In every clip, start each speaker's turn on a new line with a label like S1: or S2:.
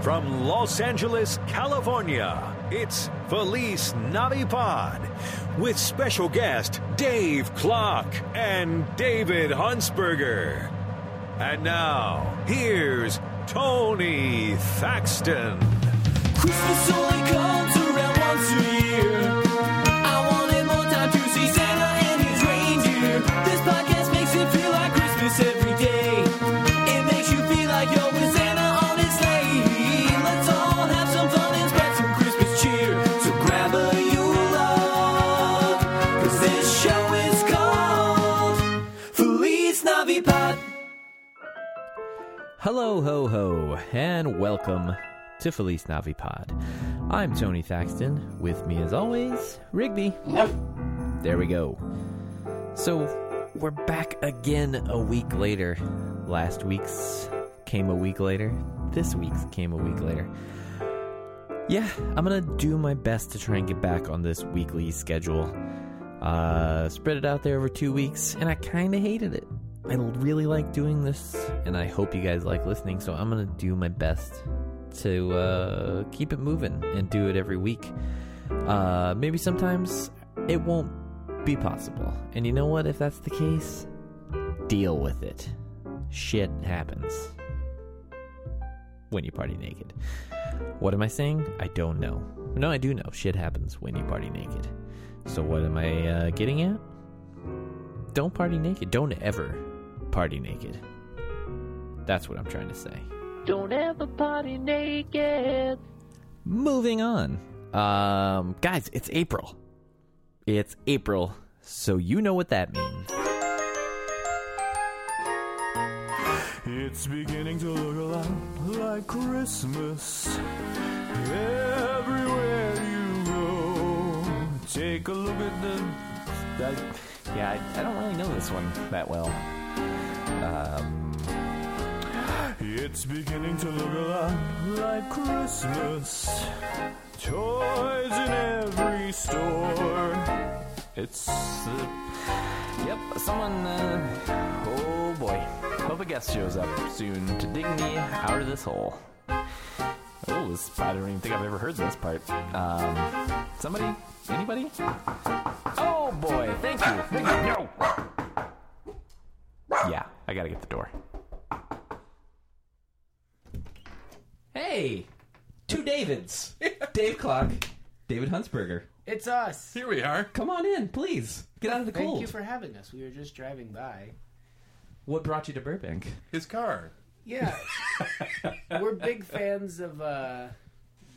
S1: From Los Angeles, California, it's Felice Navipod with special guest Dave Clock and David Huntsberger. And now, here's Tony Thaxton.
S2: Christmas only comes around once a year. I wanted more time to see Santa and his reindeer. This podcast makes it feel like Christmas every day. It makes you feel like you're with Santa on his sleigh. Let's all have some fun and spread some Christmas cheer. So grab a Yule log, 'cause this show is called Feliz Navipod.
S3: Hello, ho, ho, and welcome to Felice Navipod. I'm Tony Thaxton. With me, as always, Rigby. There we go. So, we're back again a week later. Last week's came a week later. This week's came a week later. Yeah, I'm gonna do my best to try and get back on this weekly schedule. Uh, spread it out there over two weeks, and I kinda hated it. I really like doing this, and I hope you guys like listening, so I'm gonna do my best to uh, keep it moving and do it every week. Uh, maybe sometimes it won't be possible. And you know what? If that's the case, deal with it. Shit happens when you party naked. What am I saying? I don't know. No, I do know. Shit happens when you party naked. So, what am I uh, getting at? Don't party naked. Don't ever party naked. That's what I'm trying to say.
S4: Don't ever party naked.
S3: Moving on. Um, guys, it's April. It's April, so you know what that means.
S5: It's beginning to look a lot like Christmas everywhere you go. Take a look at the.
S3: yeah, I, I don't really know this one that well.
S5: It's beginning to look a lot like Christmas. Toys in every store. It's the.
S6: Yep, someone, uh, oh boy. Hope a guest shows up soon to dig me out of this hole. Oh, this, I don't even think I've ever heard this part. Um, somebody? Anybody? Oh boy, thank you. Thank you. No! Yeah, I gotta get the door.
S3: Hey, two Davids, Dave Clock, David Huntsberger.
S7: It's us.
S8: Here we are.
S3: Come on in, please. Get out of the
S7: Thank
S3: cold.
S7: you for having us. We were just driving by.
S3: what brought you to Burbank?
S8: His car.
S7: Yeah. we're big fans of uh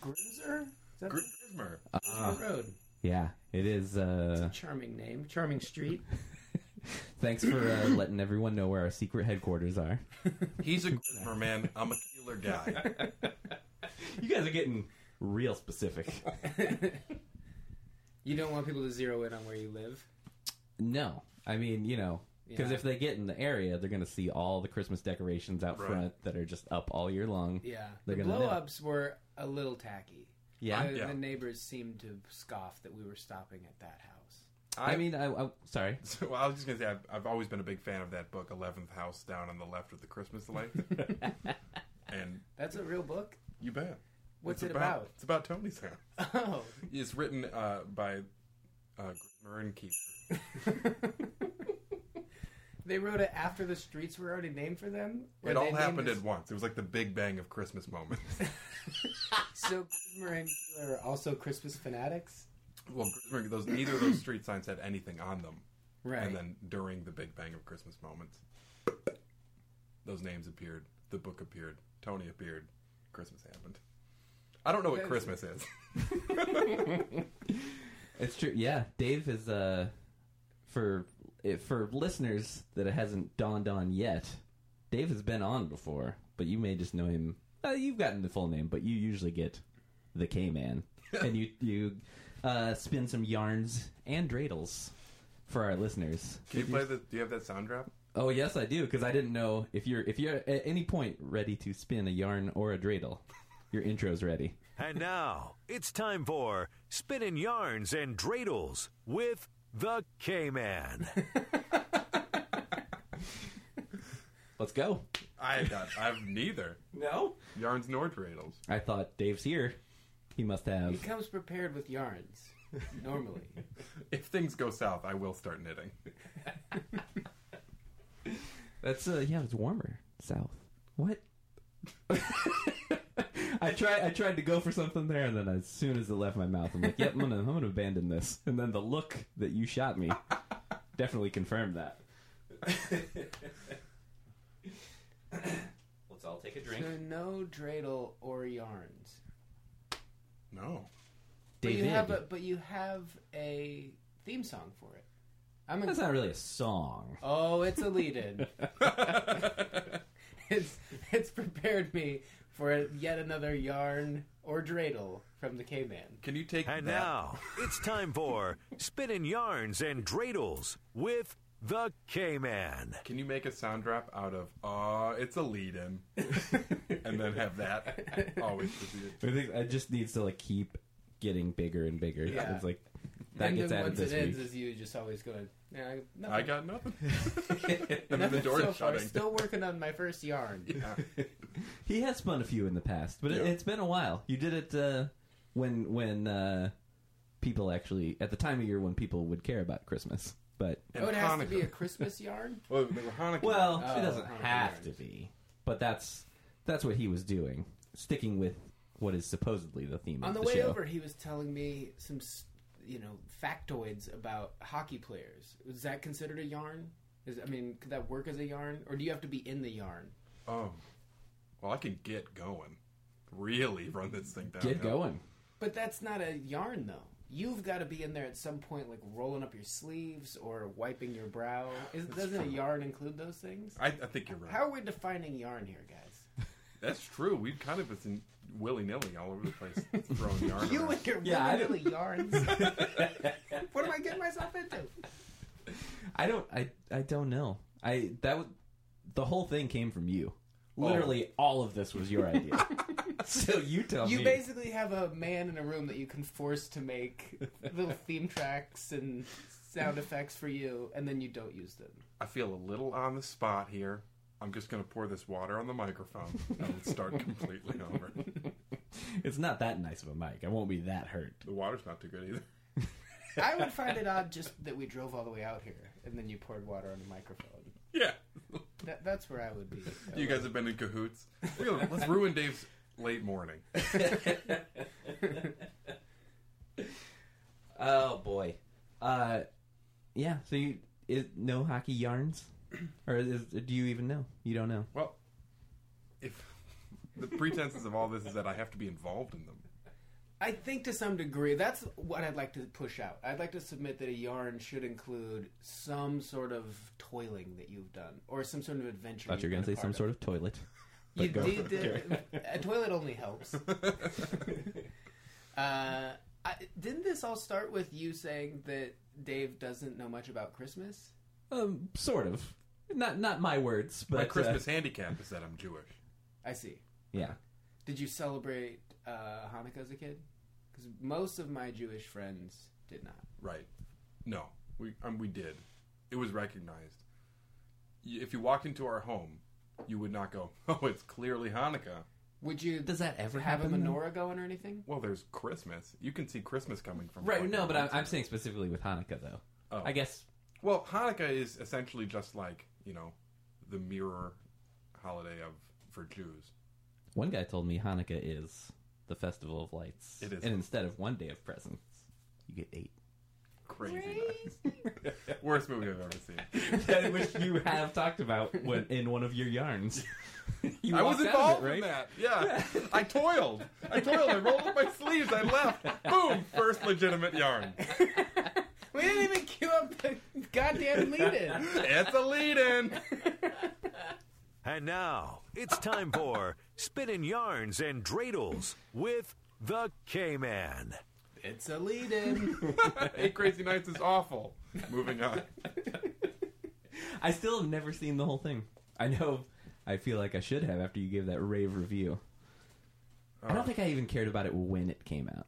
S7: Grimser? Is that
S8: Gr- Grismer. Uh-huh.
S7: the road?
S3: Yeah, it is. Uh,
S7: Charming name. Charming street.
S3: thanks for uh, letting everyone know where our secret headquarters are.
S8: He's a Grismer man. I'm a Keeler guy.
S3: You guys are getting real specific.
S7: You don't want people to zero in on where you live.
S3: No, I mean you know because
S7: Yeah.
S3: if they get in the area, they're gonna see all the Christmas decorations out
S8: Right.
S3: front that are just up all year long.
S7: Yeah.
S3: They're
S7: the
S3: gonna know.
S7: blow ups were a little tacky.
S3: Yeah?
S7: The,
S8: Yeah.
S7: the neighbors seemed to scoff that we were stopping at that house.
S3: I mean, I, I sorry.
S8: So I was just gonna say I've, I've always been a big fan of that book, Eleventh House Down on the Left with the Christmas Light. and
S7: That's a real book?
S8: you bet.
S7: What's
S8: It's
S7: it about?
S8: It's about Tony's house.
S7: Oh.
S8: It's written uh, by uh, Grismer and Keeler.
S7: They wrote it after the streets were already named for them? Or
S8: It
S7: they
S8: all
S7: named
S8: happened
S7: this-
S8: at once. It was like the Big Bang of Christmas moments.
S7: So Grimser and Keeler are also Christmas fanatics?
S8: well, Grismer, those neither of those street signs had anything on them.
S7: Right.
S8: And then during the Big Bang of Christmas moments, those names appeared. The book appeared. Tony appeared. Christmas happened. I don't know what Christmas is.
S3: It's true. Yeah, Dave is uh for eh, for listeners that it hasn't dawned on yet. Dave has been on before, but you may just know him. Uh, you've gotten the full name, but you usually get the K Man, and you you uh, spin some yarns and dreidels for our listeners.
S8: Can you play the? Do you have that sound drop?
S3: Oh yes, I do because I didn't know if you're if you're at any point ready to spin a yarn or a dreidel, your intro's ready.
S1: And now, it's time for Spinning Yarns and Dreidels with the K Man.
S3: Let's go.
S8: I have not. I've neither
S7: No?
S8: yarns nor dreidels.
S3: I thought Dave's here. He must
S7: He
S3: have.
S7: comes prepared with yarns, normally.
S8: If things go south, I will start knitting.
S3: That's uh, yeah, it's warmer south. What? I tried. I tried to go for something there, and then as soon as it left my mouth, I'm like, "Yep, I'm gonna, I'm gonna abandon this." And then the look that you shot me definitely confirmed that. Let's all take a
S7: so no dreidel or yarns.
S8: No,
S7: But you,
S3: David,
S7: have a, but you have a theme song for it. I'm in-
S3: that's not really a song.
S7: Oh, it's a lead in. it's, it's prepared me for yet another yarn or dreidel from the K Man.
S8: can you take
S1: And
S8: that?
S1: now it's time for Spinning Yarns and Dreidels with the K Man.
S8: Can you make a sound drop out of "Uh, it's a lead-in," and then have that always preceded?
S3: I think it just needs to like keep getting bigger and bigger.
S7: Yeah.
S3: It's like that
S7: and
S3: gets
S7: then
S3: added
S7: once
S3: this
S7: it ends,
S3: week.
S7: is you just always going, yeah, I- nothing.
S8: I got nothing. and then the door
S7: so
S8: is
S7: far,
S8: shutting. Ah,
S7: still Oh, working on my first yarn.
S3: He has spun a few in the past, but it,
S8: Yeah.
S3: it's been a while. You did it uh, when when uh, people actually at the time of year when people would care about Christmas. But
S7: Oh, it has to be a Christmas yarn?
S8: Well, they were Hanukkah.
S3: well,
S7: Oh,
S3: it doesn't
S7: okay.
S3: have to be. But that's that's what he was doing, sticking with what is supposedly the theme
S7: On
S3: of
S7: the
S3: the,
S7: way
S3: show.
S7: over, he was telling me some, s- you know, factoids about hockey players. Is that considered a yarn? Is I mean, could that work as a yarn, or do you have to be in the yarn?
S8: um, well, I can get going. Really run this thing down.
S3: Get going.
S7: But that's not a yarn, though. You've got to be in there at some point, like rolling up your sleeves or wiping your brow. Is, doesn't a yarn include those things?
S8: I, I think you're right.
S7: How are we defining yarn here, guys?
S8: That's true. We've kind of been willy nilly all over the place throwing yarn.
S7: You
S8: around.
S7: and your
S3: Yeah, I
S7: willy-nilly yarns. what am I getting myself into?
S3: I don't. I I don't know. I that would the whole thing came from you.
S7: Oh.
S3: Literally, all of this was your idea. so you tell
S7: You
S3: me.
S7: basically have a man in a room that you can force to make little theme tracks and sound effects for you, and then you don't use them.
S8: I feel a little on the spot here. I'm just going to pour this water on the microphone and let's start completely over.
S3: it's not that nice of a mic. I won't be that hurt.
S8: The water's not too good either.
S7: I would find it odd just that we drove all the way out here, and then you poured water on the microphone.
S8: Yeah.
S7: That, that's where I would be.
S8: You guys have been in cahoots. We're gonna- Let's ruin Dave's late morning.
S3: Oh boy. Uh, yeah. So you is, no hockey yarns, or is, do you even know? You don't know.
S8: Well, if the pretenses of all this is that I have to be involved in them.
S7: I think to some degree that's what I'd like to push out. I'd like to submit that a yarn should include some sort of toiling that you've done, or some sort of adventure.
S3: Thought you were gonna say some sort of toilet.
S7: You
S3: go
S7: did. a toilet only helps. uh, I, didn't this all start with you saying that Dave doesn't know much about Christmas?
S3: Um, sort of. Not not my words, but
S8: My
S3: uh,
S8: Christmas handicap is that I'm Jewish.
S7: I see.
S3: yeah.
S7: Did you celebrate uh, Hanukkah as a kid? Because most of my Jewish friends did not.
S8: Right. No, we um, we did. It was recognized. Y- If you walked into our home, you would not go, "Oh, it's clearly Hanukkah."
S7: Would you
S3: Does that ever
S7: have a
S3: happen, though?
S7: menorah going or anything?
S8: Well, there's Christmas. You can see Christmas coming from
S3: Right.
S8: fucking
S3: No, but I'm,
S8: outside.
S3: I'm saying specifically with Hanukkah though.
S8: Oh.
S3: I guess
S8: well, Hanukkah is essentially just like you know the mirror holiday of for Jews.
S3: One guy told me Hanukkah is the festival of lights.
S8: It is.
S3: And instead of one day of presents, you get eight.
S8: Crazy. nice. Worst movie I've ever seen.
S3: Which you have talked about when, in one of your yarns. You
S8: I was
S3: walked out of it,
S8: involved
S3: right?
S8: in that. Yeah, I toiled. I toiled. I rolled up my sleeves. I left. Boom! First legitimate yarn.
S7: We didn't even queue up the goddamn lead in.
S8: It's a lead-in.
S1: And now it's time for Spinning Yarns and Dreidels with the K Man.
S7: It's a lead in.
S8: Eight Crazy Nights is awful. Moving on.
S3: I still have never seen the whole thing. I know. I feel like I should have after you gave that rave review. I
S7: Oh.
S3: don't think I even cared about it when it came out.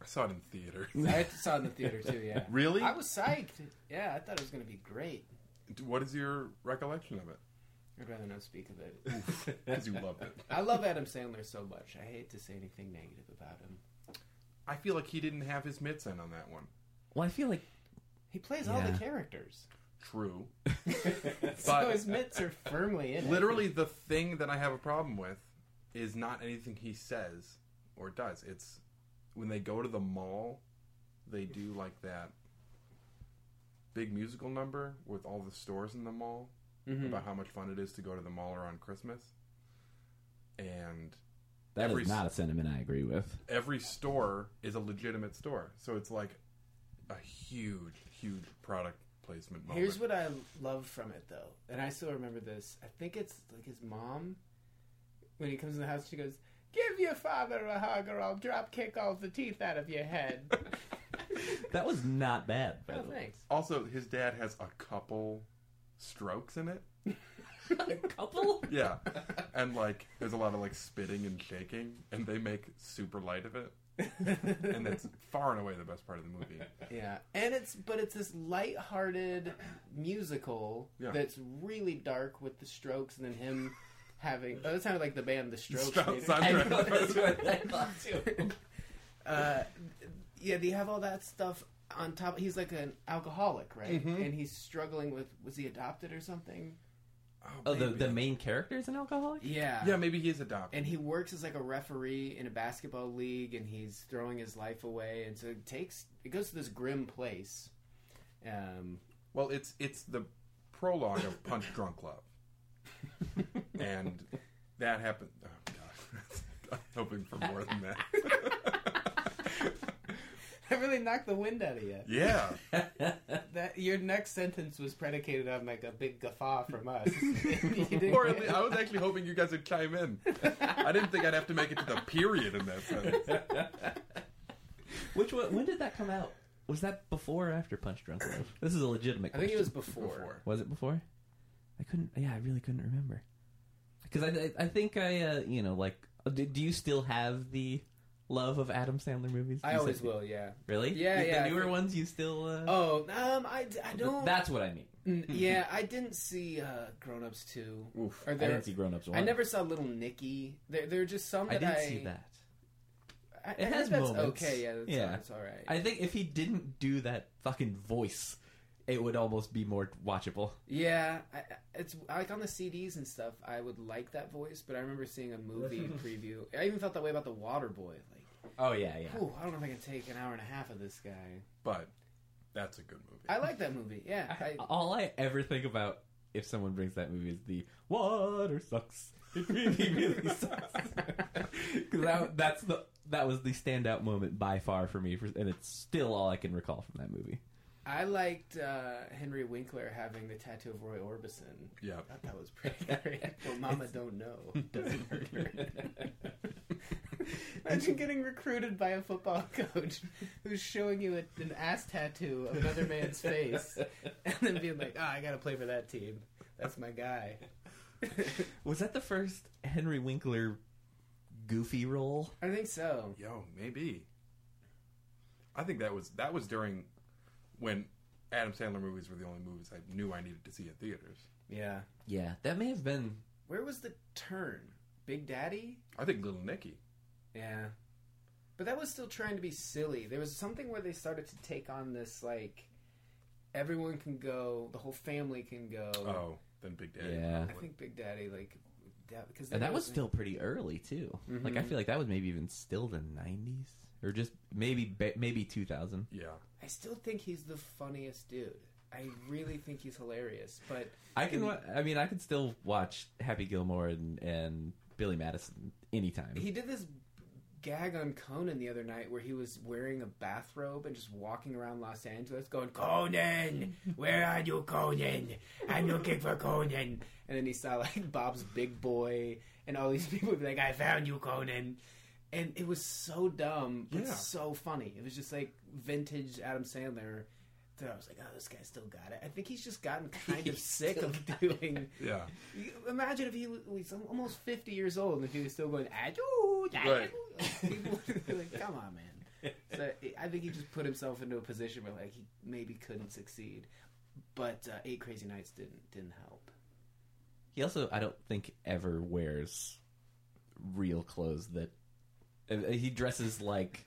S8: I saw it in theater.
S7: I saw it in the theater too, yeah.
S8: Really?
S7: I was psyched. Yeah, I thought it was going to be great.
S8: What is your recollection of it?
S7: I'd rather not speak of it.
S8: because you loved it.
S7: I love Adam Sandler so much. I hate to say anything negative about him.
S8: I feel like he didn't have his mitts in on that one.
S3: Well, I feel like
S7: He plays all the
S3: Yeah.
S7: characters,
S8: True.
S7: so
S8: But-
S7: his mitts are firmly in. it.
S8: Literally, the thing that I have a problem with is not anything he says or does. It's when they go to the mall, they do like that big musical number with all the stores in the mall
S7: Mm-hmm. Hmm.
S8: about how much fun it is to go to the mall around Christmas. And
S9: That is
S8: Every s-
S9: not a sentiment I agree with.
S8: every store is a legitimate store. So it's like a huge, huge product placement moment.
S7: Here's what I love from it though, and I still remember this. I think it's like his mom when he comes in the house. She goes, "Give your father a hug, or I'll drop kick all the teeth out of your head."
S3: that was not bad. By
S7: oh,
S3: the way.
S7: thanks.
S8: Also, his dad has a couple strokes in it. a couple? Yeah. And like there's a lot of like spitting and shaking and they make super light of it. and that's far and away the best part of the movie.
S7: Yeah, and it's but it's this light-hearted musical
S8: Yeah.
S7: that's really dark with the Strokes and then him having. Oh, that sounded like the band, the Strokes.
S8: Strokes,
S7: maybe.
S8: I'm right.
S7: uh, yeah, they have all that stuff on top. He's like an alcoholic, right? And he's struggling with was he adopted or something?
S3: Oh, the, the main character is an alcoholic.
S7: Yeah,
S8: Yeah, maybe he is adopted.
S7: and he works as like a referee in a basketball league and he's throwing his life away and so it takes it goes to this grim place um
S8: Well, it's it's the prologue of Punch Drunk Love. and that happened oh god. I'm hoping for more than that.
S7: i really knocked the wind out of you
S8: Yeah.
S7: that your next sentence was predicated on like a big guffaw from us You didn't-
S8: Or at least, I was actually hoping you guys would chime in. I didn't think I'd have to make it to the period in that sentence.
S3: Which one, when did that come out? Was that before or after Punch Drunk Love? This is a legitimate.
S7: I
S3: Question.
S7: think it was before.
S8: Before.
S3: Was it before? I couldn't. Yeah, I really couldn't remember. Because I, I, I think I, uh, you know, like, do, do you still have the love of Adam Sandler movies?
S7: I
S3: You
S7: always
S3: said-
S7: will, yeah.
S3: Really?
S7: Yeah,
S3: the,
S7: yeah, I
S3: The newer
S7: think-
S3: ones, you still. Uh,
S7: Oh, um, I, I don't.
S3: That's what I mean.
S7: Mm, yeah, I didn't see uh, Grown Ups 2.
S8: Oof.
S7: Or
S9: I
S7: there,
S9: didn't see Grown Ups one.
S7: I never saw Little Nicky. There, there are just some that
S3: I
S7: I
S3: did see that.
S7: I,
S3: It
S7: I
S3: has
S7: think that's
S3: moments.
S7: okay. Yeah, that's,
S3: Yeah.
S7: that's all right.
S3: I think if he didn't do that fucking voice, it would almost be more watchable.
S7: Yeah, I, I- it's like on the CDs and stuff. I would like that voice, but I remember seeing a movie preview. I even felt that way about the Water Boy. Like,
S3: Oh yeah, yeah.
S7: ooh, I don't know if I can take an hour and a half of this guy.
S8: But that's a good movie.
S7: I like that movie. Yeah, I,
S3: All I ever think about if someone brings that movie is the water sucks. It really, really sucks. Because that, that's the that was the standout moment by far for me, for, and it's still all I can recall from that movie.
S7: I liked uh, Henry Winkler having the tattoo of Roy Orbison.
S8: yeah.
S7: I thought that was pretty great. well, Mama don't know. Doesn't hurt her. Imagine getting recruited by a football coach who's showing you a, an ass tattoo of another man's face, and then being like, "Oh, I gotta play for that team. That's my guy."
S3: Was that the first Henry Winkler goofy role?
S7: I think so.
S8: Yo, maybe. I think that was that was during when Adam Sandler movies were the only movies I knew I needed to see in theaters.
S7: Yeah.
S3: Yeah, that may have been.
S7: Where was the turn? Big Daddy.
S8: I think Little Nicky.
S7: Yeah. But that was still trying to be silly. There was something where they started to take on this like everyone can go, the whole family can go.
S8: Oh, then Big Daddy.
S3: Yeah.
S7: I think Big Daddy like that because
S3: And that was still pretty early too. Like I feel like that was maybe even still the '90s or just maybe ba- maybe 2000.
S8: Yeah.
S7: I still think he's the funniest dude. I really think he's hilarious, but
S3: I can. wa- I mean, I can still watch Happy Gilmore and, and Billy Madison anytime.
S7: he did this gag on Conan the other night where he was wearing a bathrobe and just walking around Los Angeles going, Conan, where are you, Conan? I'm looking for Conan. And then he saw like Bob's Big Boy and all these people would be like, I found you, Conan. And it was so dumb, but
S8: Yeah.
S7: so funny. It was just like vintage Adam Sandler. That I was like, oh, this guy still got it. I think he's just gotten kind of sick of doing
S8: Yeah.
S7: you- Imagine if he was almost 50 years old and if he was still going, Adu,
S8: Right.
S7: People would be like, come on, man. So I think he just put himself into a position where like he maybe couldn't succeed, but uh, Eight Crazy Nights didn't didn't help.
S3: He also, I don't think, ever wears real clothes. That uh, he dresses like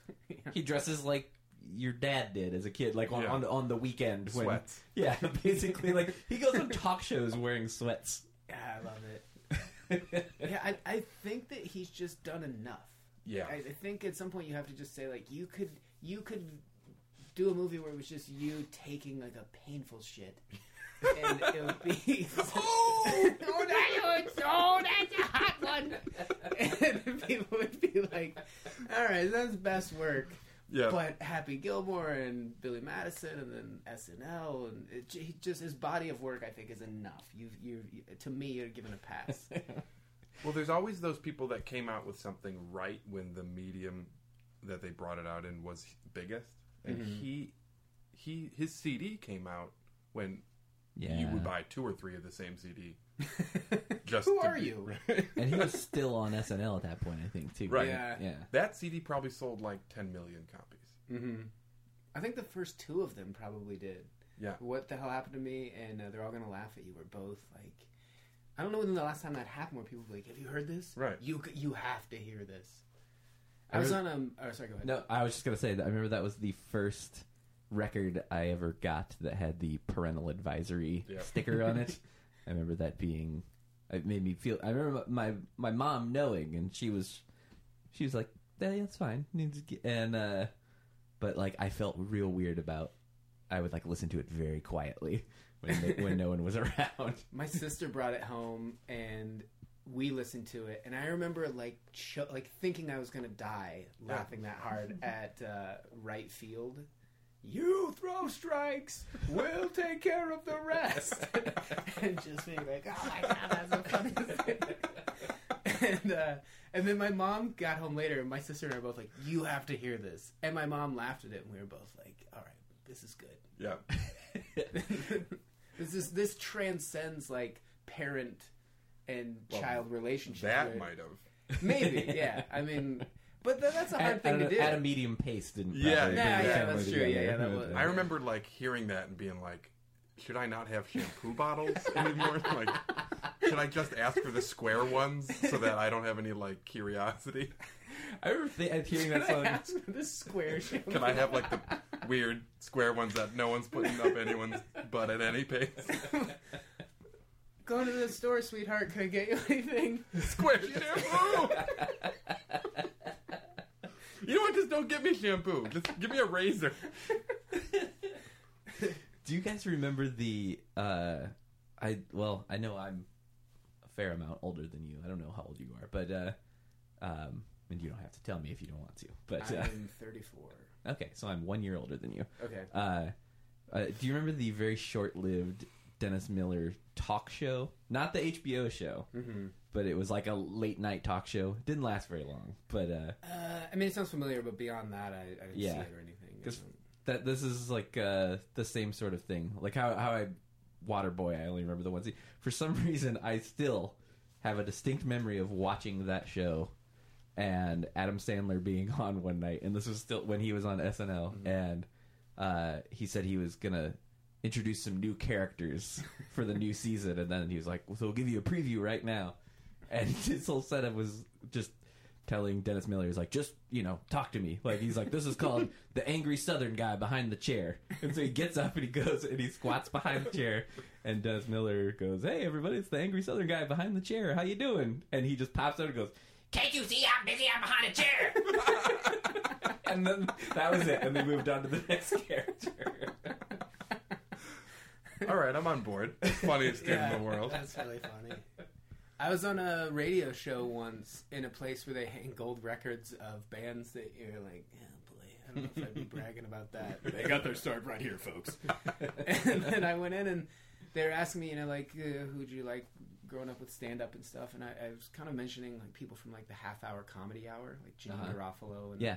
S3: he dresses like your dad did as a kid, like on
S8: Yeah.
S3: on, on the weekend when
S8: Sweats.
S3: yeah, basically like he goes on talk shows wearing sweats.
S7: Yeah, I love it. yeah, I, I think that he's just done enough.
S8: Yeah.
S7: I, I think at some point you have to just say like you could you could do a movie where it was just you taking like a painful shit. and it would be oh, that hurts. Oh, that's a hot one. and people would be like, "All right, that's best work."
S8: Yeah.
S7: But Happy Gilmore and Billy Madison and then SNL and it, j- he just his body of work I think is enough. You you to me you're given a pass.
S8: Well, there's always those people that came out with something right when the medium that they brought it out in was biggest, and
S7: Mm-hmm.
S8: he he his CD came out when you would buy two or three of the same CD. Just
S7: Who
S8: to
S7: are
S8: be-
S7: you?
S3: and he was still on SNL at that point, I think, too.
S8: Right.
S7: Yeah.
S3: Yeah.
S8: That CD probably sold like 10 million copies.
S7: Mm-hmm. I think the first two of them probably did.
S8: Yeah.
S7: What the hell happened to me? And uh, they're all gonna laugh at you. We're both like, I don't know when the last time that happened where people were like, "Have you heard this?
S8: Right.
S7: You c- you have to hear this." I was on um. Oh, sorry, go ahead.
S3: No, I was just gonna say that I remember that was the first record I ever got that had the parental advisory
S8: Yeah.
S3: sticker on it. I remember that being it made me feel. I remember my my mom knowing, and she was she was like, "Yeah, that's fine." Needs to get- And uh, but like I felt real weird about. I would like listen to it very quietly when they, when no one was around.
S7: My sister brought it home, and we listened to it. And I remember like cho- like thinking I was gonna die laughing that hard at uh, right field. You throw strikes, we'll take care of the rest. and just being like, oh my god, that's the funniest thing. and uh, and then my mom got home later, and my sister and I were both like, you have to hear this. And my mom laughed at it, and we were both like, all right, this is good
S8: Yeah.
S7: this is this transcends like parent and child relationship.
S8: That
S7: where-
S8: might have.
S7: maybe, yeah. I mean, but tha- that's a hard
S3: At,
S7: thing
S3: at
S7: to
S3: a-
S7: do.
S3: at a medium pace, didn't
S8: Yeah,
S3: probably
S8: yeah,
S3: bring the
S8: yeah,
S3: family
S7: that's true. Yeah,
S3: together.
S7: yeah, that was-
S8: I remember like hearing that and being like, should I not have shampoo bottles anymore? like, should I just ask for the square ones so that I don't have any like curiosity?
S3: I remember th- hearing that
S7: I
S3: song.
S7: asked for this square shape.
S8: Can I have like the weird square ones that no one's putting up anyone's butt at any pace?
S7: Go to the store, sweetheart. Can I get you anything?
S8: Square shampoo! you know what? Just don't give me shampoo. Just give me a razor.
S3: Do you guys remember the uh I well, I know I'm a fair amount older than you. I don't know how old you are, but uh um and you don't have to tell me if you don't want to. But uh,
S7: I'm 34.
S3: okay, so I'm 1 year older than you.
S7: Okay.
S3: Uh, uh do you remember the very short-lived Dennis Miller talk show? Not the HBO show. But it was like a late night talk show. Didn't last very long, but uh
S7: Uh, I mean, it sounds familiar, but beyond that, I, I didn't see
S3: Yeah.
S7: it or anything.
S3: Because that this is like uh, the same sort of thing. Like how how I Waterboy, I only remember the one scene. For some reason, I still have a distinct memory of watching that show and Adam Sandler being on one night, and this was still when he was on SNL, and uh, he said he was gonna introduce some new characters for the new season, and then he was like, well, "So we'll give you a preview right now," and his whole setup was just telling Dennis Miller, he's like, just, you know, talk to me. Like, he's like, this is called the angry southern guy behind the chair. And so he gets up and he goes and he squats behind the chair. And Dennis Miller goes, hey, everybody, it's the angry southern guy behind the chair. How you doing? And he just pops out and goes, can't you see I'm busy? I'm behind a chair. and then that was it. And they moved on to the next character.
S8: All right, I'm on board. Funniest dude in the world.
S7: That's really funny. I was on a radio show once in a place where they hang gold records of bands that you're like, yeah, boy, I don't know if I'd be bragging about that. They got their start right here, folks. and then I went in and they were asking me, you know, like, uh, who'd you like growing up with stand up and stuff? And I, I was kind of mentioning like people from like the half hour comedy hour, like Jimmy
S8: Uh-huh.
S7: Garofalo. And,
S3: Yeah.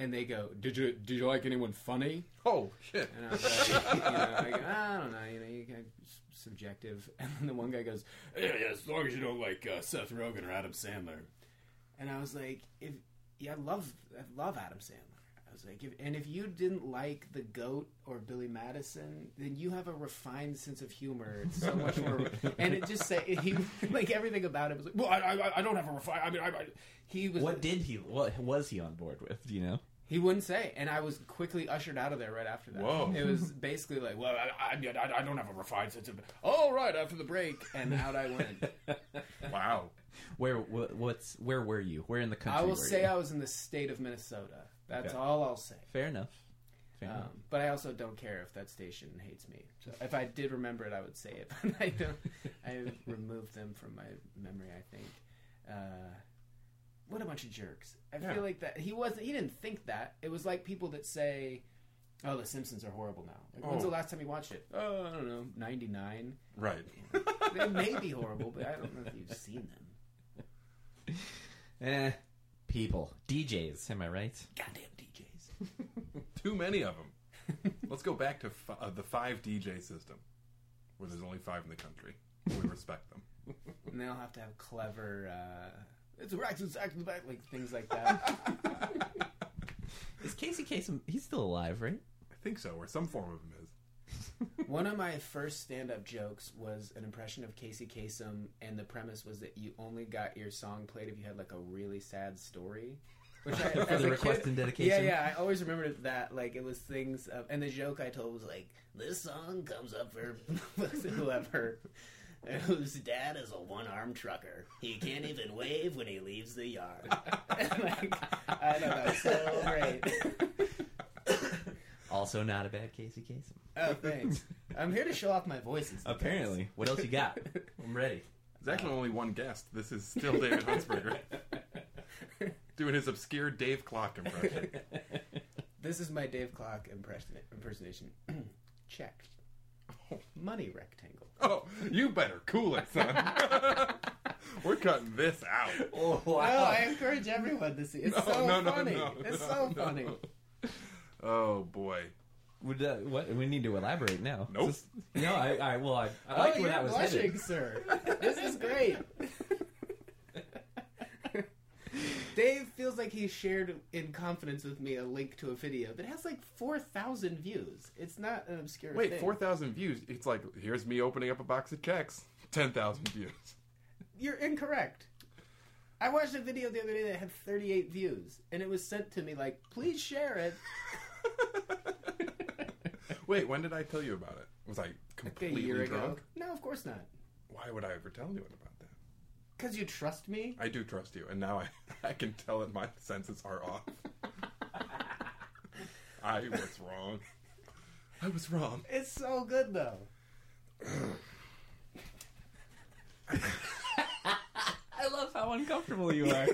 S7: And they go, did you, did you like anyone funny?
S8: Oh, shit.
S7: And I was like, you know, like, I don't know, you know, you kind of s- subjective. And then the one guy goes, yeah, yeah, as long as you don't like uh, Seth Rogen or Adam Sandler. And I was like, if yeah, I love I love Adam Sandler. I was like, if, and if you didn't like the goat or Billy Madison, then you have a refined sense of humor. It's so much more, and it just say he like everything about it was like, well, I, I, I don't have a refined. I mean, I, I he was
S3: What did he? What was he on board with? Do you know?
S7: he wouldn't say, and I was quickly ushered out of there right after that.
S8: Whoa.
S7: It was basically like, well, I, I, I don't have a refined sense of. All right, after the break, and out I went.
S8: Wow.
S3: Where? What, what's? Where were you? Where in the country?
S7: I will
S3: were
S7: say
S3: you?
S7: I was in the state of Minnesota. That's
S3: Okay.
S7: all I'll say.
S3: Fair enough. Fair
S7: Um,
S3: enough.
S7: but I also don't care if that station hates me. So if I did remember it, I would say it. But I don't. I removed them from my memory. I think. Uh, what a bunch of jerks! I
S8: Yeah.
S7: feel like that he wasn't. He didn't think that. It was like people that say, "Oh, The Simpsons are horrible now." Like, When's
S8: Oh.
S7: the last time you watched it? Oh, I don't know, ninety nine.
S8: Right.
S7: they may be horrible, but I don't know if you've seen them.
S3: Eh, people, DJs. Am I right?
S7: Goddamn DJs.
S8: Too many of them. Let's go back to f- uh, the five DJ system, where there's only five in the country. We respect them.
S7: And they'll have to have clever. Uh, it's a racks and sacks in the back, like things like that.
S3: Is Casey Kasem? He's still alive, right?
S8: I think so, or some form of them is.
S7: One of my first stand-up jokes was an impression of Casey Kasem, and the premise was that you only got your song played if you had like a really sad story. Which I, as
S3: the
S7: a
S3: request
S7: kid-
S3: and dedication?
S7: Yeah, yeah. I always remembered that. Like it was things, of, and the joke I told was like, "This song comes up for whoever." Whose dad is a one-armed trucker. He can't even wave when he leaves the yard. like, I don't know, so great.
S3: Also, not a bad Casey Kasem.
S7: Oh, thanks. I'm here to show off my voices.
S3: Apparently. What else you got? I'm ready.
S8: There's actually
S7: Uh.
S8: only one guest. This is still David Huntsberger doing his obscure Dave Clock impression.
S7: This is my Dave Clock impression- impersonation. Check. Money rectangle.
S8: Oh, you better cool it, son. We're cutting this out.
S3: Oh,
S7: Oh, I encourage everyone to see. It's so
S8: no, no,
S7: funny.
S8: no,
S7: it's
S8: no,
S7: so
S8: no.
S7: funny.
S8: Oh boy.
S3: Would, uh, what, we need to elaborate now.
S8: Nope.
S3: Just- no, I, I, well, I, I liked where
S7: oh, you're
S3: that was
S7: blushing,
S3: headed.
S7: sir. This is great. Dave feels like he shared in confidence with me a link to a video that has like four thousand views. It's not an obscure.
S8: Wait,
S7: thing.
S8: four thousand views. It's like here's me opening up a box of checks. Ten thousand views.
S7: You're incorrect. I watched a video the other day that had 38 views, and it was sent to me like, please share it.
S8: Wait, when did I tell you about it? Was
S7: A
S8: I completely
S7: year ago.
S8: drunk?
S7: No, of course not.
S8: Why would I ever tell anyone about that?
S7: Because you trust me?
S8: I do trust you, and now I, I can tell that my senses are off. I was wrong. I was wrong.
S7: It's so good, though.
S3: I love how uncomfortable you are.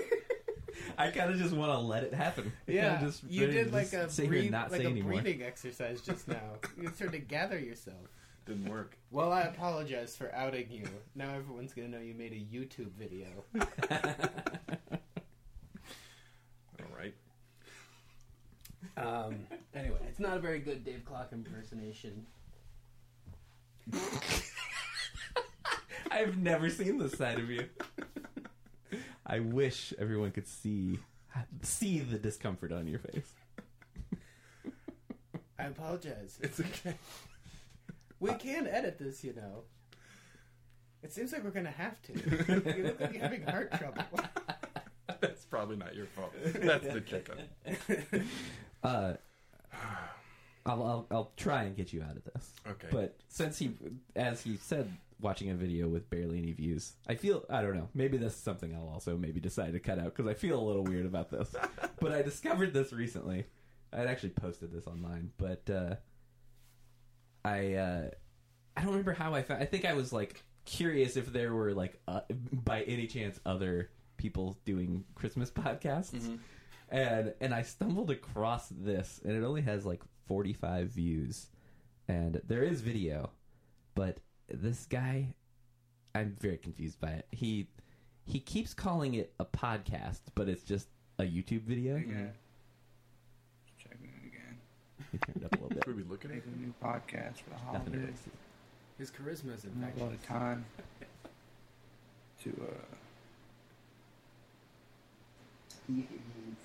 S3: I kind of just want to let it happen.
S7: Yeah,
S3: I'm just
S7: you
S3: ready to
S7: did like
S3: just
S7: a,
S3: sit here and
S7: breathe,
S3: not
S7: like
S3: say
S7: a
S3: anymore.
S7: breathing exercise just now. you started to gather yourself.
S8: Didn't work.
S7: Well, I apologize for outing you. Now everyone's going to know you made a YouTube video.
S8: All right.
S7: Um, anyway, it's not a very good Dave Clock impersonation.
S3: I've never seen this side of you. I wish everyone could see see the discomfort on your face.
S7: I apologize.
S8: It's okay.
S7: We can edit this, you know. It seems like we're gonna have to. you look like you're having heart trouble.
S8: That's probably not your fault. That's the chicken.
S3: Uh, I'll, I'll I'll try and get you out of this.
S8: Okay.
S3: But since he, as he said, watching a video with barely any views, I feel I don't know. Maybe this is something I'll also maybe decide to cut out because I feel a little weird about this. but I discovered this recently. I'd actually posted this online, but uh, I uh, I don't remember how I found. I think I was like curious if there were like uh, by any chance other people doing Christmas podcasts. And and I stumbled across this, and it only has like forty five views, and there is video, but this guy, I'm very confused by it. He he keeps calling it a podcast, but it's just a YouTube video.
S10: Yeah. Just checking it again.
S3: He turned it up a little bit.
S8: Should we look at it?
S10: Make a new podcast for the
S3: Nothing
S10: holidays.
S3: really.
S7: His charisma is
S10: I have a lot of time to uh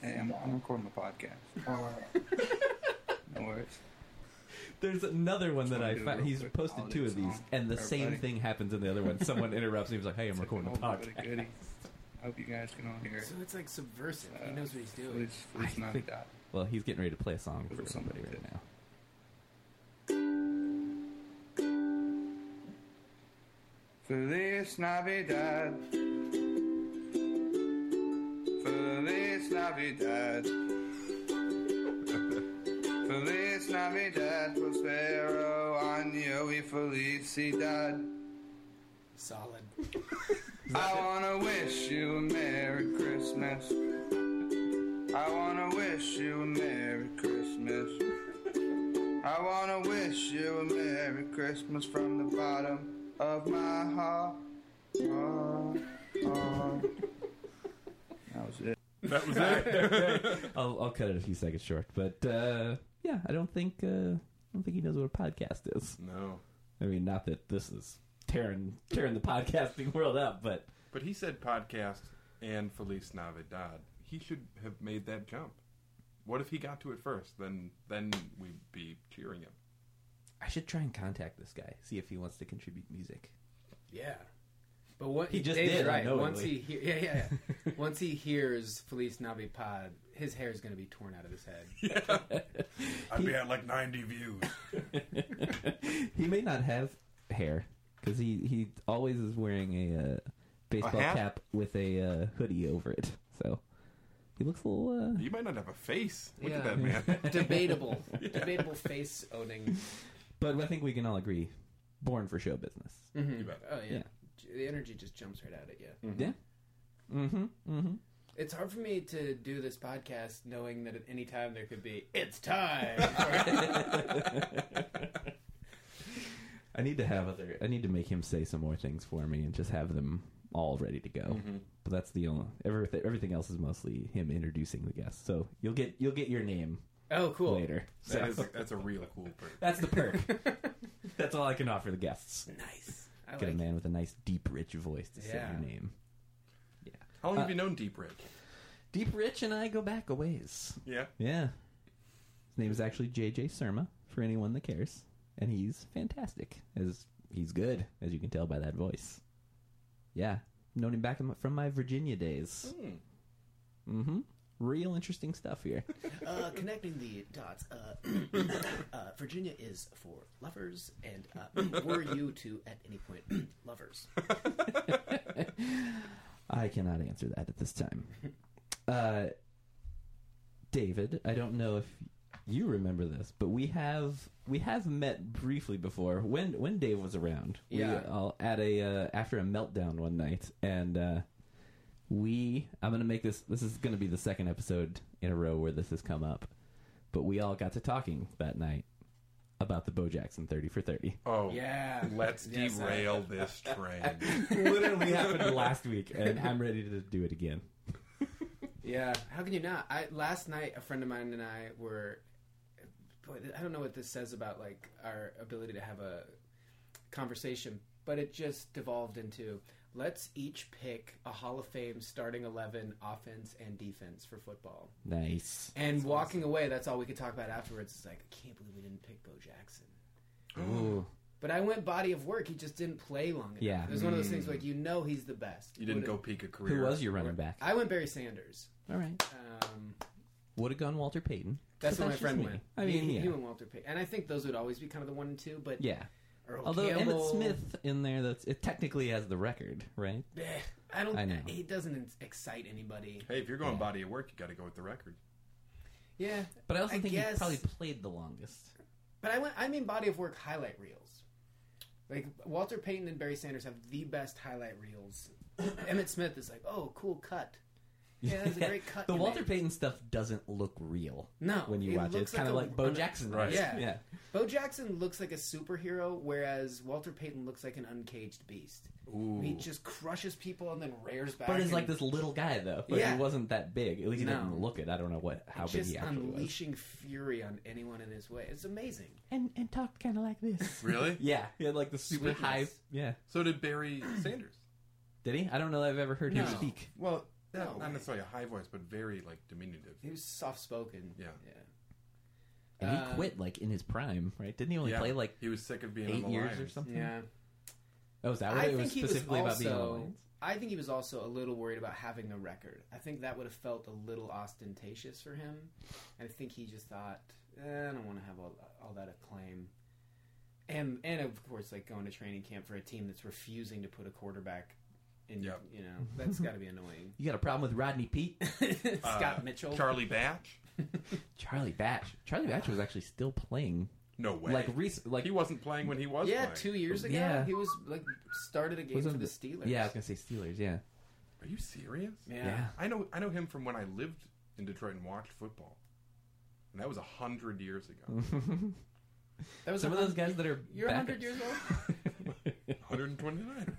S10: Hey, I'm, I'm recording the podcast. no worries.
S3: There's another one that
S10: Just wanna
S3: I
S10: do it
S3: found.
S10: real
S3: He's
S10: quick.
S3: posted
S10: I'll
S3: two
S10: do
S3: of
S10: the
S3: these,
S10: song.
S3: and the same
S10: Everybody. oh,
S3: thing happens in the other one. Someone interrupts me and was like, hey, I'm recording a
S10: Old bit of
S3: podcast.
S10: goodie. Hope you guys can all hear. it.
S7: So it's like subversive. he
S10: Uh,
S7: knows what he's doing.
S10: Please, please not
S3: think-
S10: dot.
S3: Well, he's getting ready to play a song for
S10: Little
S3: somebody
S10: something.
S3: right now.
S10: Feliz Navidad. Feliz Navidad. Feliz Navidad, prospero año y felicidad.
S7: Solid.
S10: I wanna wish you a Merry Christmas. I wanna wish you a Merry Christmas. I wanna wish you a Merry Christmas from the bottom of my heart. heart, heart. That was it.
S8: That was it.
S3: I'll, I'll cut it a few seconds short, but uh, yeah, I don't think uh, I don't think he knows what a podcast is.
S8: no.
S3: I mean, not that this is tearing tearing the podcasting world up, but
S8: But he said podcast and Feliz Navidad. He should have made that jump. What if he got to it first? Then then we'd be cheering him.
S3: I should try and contact this guy, see if he wants to contribute music.
S7: Yeah. But what
S3: He just
S7: Dave's
S3: did,
S7: right.
S3: unknowingly.
S7: Once he hear, yeah, yeah, yeah. Once he hears Felice Navipod, his hair is going to be torn out of his head.
S8: I'd be at like 90 views.
S3: he may not have hair because he he always is wearing a uh, baseball
S8: hat?
S3: cap with a uh, hoodie over it, so he looks a little. Uh,
S8: You might not have a face. Look at
S7: Yeah.
S8: that man.
S7: Debatable, debatable face owning.
S3: but I think we can all agree, born for show business.
S7: Mhm.
S8: You bet.
S7: Oh yeah.
S3: Yeah. Mm.
S7: J the energy just jumps right out at you.
S3: Yeah. Mm-hmm. Mm-hmm.
S7: It's hard for me to do this podcast knowing that at any time there could be it's time. for-"
S3: I need to have other. I need to make him say some more things for me and just have them all ready to go.
S7: Mm-hmm.
S3: But that's the only. Everything, everything else is mostly him introducing the guest. So you'll get you'll get your name
S7: oh, cool.
S3: later. So
S8: That is, that's a real cool person.
S3: that's the perk. that's all I can offer the guests.
S7: Nice. I
S3: Get a
S7: like it.
S3: man with a nice deep rich voice to say
S7: Yeah.
S3: your name.
S8: How
S3: Uh,
S8: long have you known Deep Rick?
S3: Deep Rich and I go back a ways.
S8: Yeah.
S3: Yeah. His name is actually JJ Surma, for anyone that cares. And he's fantastic. As he's good, as you can tell by that voice. Yeah. Known him back in my- from my Virginia days. Mm-hmm. Real interesting stuff here.
S7: Uh, connecting the dots. Uh, uh, Virginia is for lovers, and uh, were you two at any point lovers?
S3: I cannot answer that at this time. Uh, David, I don't know if you remember this, but we have we have met briefly before when when Dave was around.
S7: Yeah.
S3: we, all at a uh, after a meltdown one night, and uh, we I'm gonna make this this is gonna be the second episode in a row where this has come up, but we all got to talking that night about the Bo Jackson Thirty for Thirty.
S8: Oh.
S7: Yeah.
S8: Let's
S7: Yes, I-
S8: derail this train.
S3: Literally happened last week, and I'm ready to do it again.
S7: Yeah. How can you not? I last night a friend of mine and I were boy, I don't know what this says about like our ability to have a conversation, but it just devolved into let's each pick a Hall of Fame starting 11 offense and defense for football.
S3: Nice.
S7: And walking away, that's all we could talk about afterwards. It's like, I can't believe we didn't pick Bo Jackson.
S3: Ooh.
S7: But I went body of work. He just didn't play long enough.
S3: Yeah.
S7: It was one of those things like, you know, he's the best.
S8: Mm. You didn't
S7: Would've-
S8: go peak a career.
S3: Who was your running back?
S7: I went Barry Sanders.
S3: All right.
S7: Um,
S3: Would have gone Walter Payton.
S7: That's
S3: But
S7: what my
S3: just
S7: friend
S3: me.
S7: went.
S3: I mean,
S7: he,
S3: yeah.
S7: he went Walter Payton, and I think those would always be kind of the one and two. But
S3: yeah.
S7: Earl
S3: Although
S7: Campbell,
S3: Emmett Smith in there, that's it technically has the record, right?
S7: eh, I don't.
S3: I know.
S7: He doesn't in- excite anybody.
S8: Hey, if you're going body of work, you got to go with the record.
S7: Yeah,
S3: But I also think
S7: guess,
S3: he probably played the longest.
S7: But I went. I mean, body of work highlight reels. Like Walter Payton and Barry Sanders have the best highlight reels. Emmett Smith is like, oh, cool cut. Yeah, that's a great cut.
S3: the
S7: you
S3: Walter
S7: made.
S3: Payton stuff doesn't look real.
S7: No,
S3: when you
S7: it
S3: watch it,
S7: looks
S3: it's kind of
S7: like a-
S3: like Bo
S7: on a-
S3: Jackson,
S8: Right.
S7: Yeah.
S3: yeah.
S7: Bo Jackson looks like a superhero, whereas Walter Payton looks like an uncaged beast.
S8: Ooh.
S7: He just crushes people and then rears back.
S3: But he's
S7: and
S3: like this little guy though. Like,
S7: Yeah.
S3: he wasn't that big. At least he
S7: No.
S3: didn't look it. I don't know what how big
S7: just
S3: he actually was.
S7: unleashing fury on anyone in his way. It's amazing.
S3: And and talked kind of like this.
S8: Really?
S3: yeah, he had like the super
S7: Sweetness.
S3: high. Yeah,
S8: So did Barry Sanders.
S3: did he? I don't know. that I've ever heard
S7: No.
S3: him speak.
S8: Well, Not
S7: way.
S8: necessarily a high voice, but very like diminutive.
S7: He was soft spoken.
S8: Yeah.
S7: Yeah.
S3: And he
S7: Uh,
S3: quit like in his prime, right? Didn't he only
S8: yeah,
S3: play like
S8: he was sick of being on
S3: eight
S8: the
S3: years or
S8: Lions.
S3: something?
S7: Yeah.
S3: Oh, is that what
S7: I
S3: it was
S7: think he was
S3: specifically about being on the
S7: also.
S3: Lions?
S7: I think he was also a little worried about having a record. I think that would have felt a little ostentatious for him. I think he just thought, eh, I don't want to have all, all that acclaim, and and of course, like going to training camp for a team that's refusing to put a quarterback. in
S8: Yep.
S7: you know that's got to be annoying.
S3: You got a problem with Rodney Pete?
S7: Scott
S8: Uh,
S7: Mitchell.
S8: Charlie Batch.
S3: Charlie Batch. Charlie Batch was actually still playing.
S8: No way.
S3: Like recent, like
S8: he wasn't playing when he was.
S7: yeah,
S8: playing.
S7: two years ago,
S3: Yeah.
S7: he was like started a game
S3: wasn't
S7: for the
S3: it-
S7: Steelers.
S3: Yeah, I was gonna say Steelers. Yeah,
S8: Are you serious?
S7: yeah.
S3: yeah.
S8: I know. I know him from when I lived in Detroit and watched football, and that was a hundred years
S3: Mm.
S8: ago.
S7: That was
S3: Some
S7: a
S3: of those
S7: hundred-
S3: guys that are
S7: You're
S3: backups.
S7: hundred years old.
S8: Hundred and twenty-nine.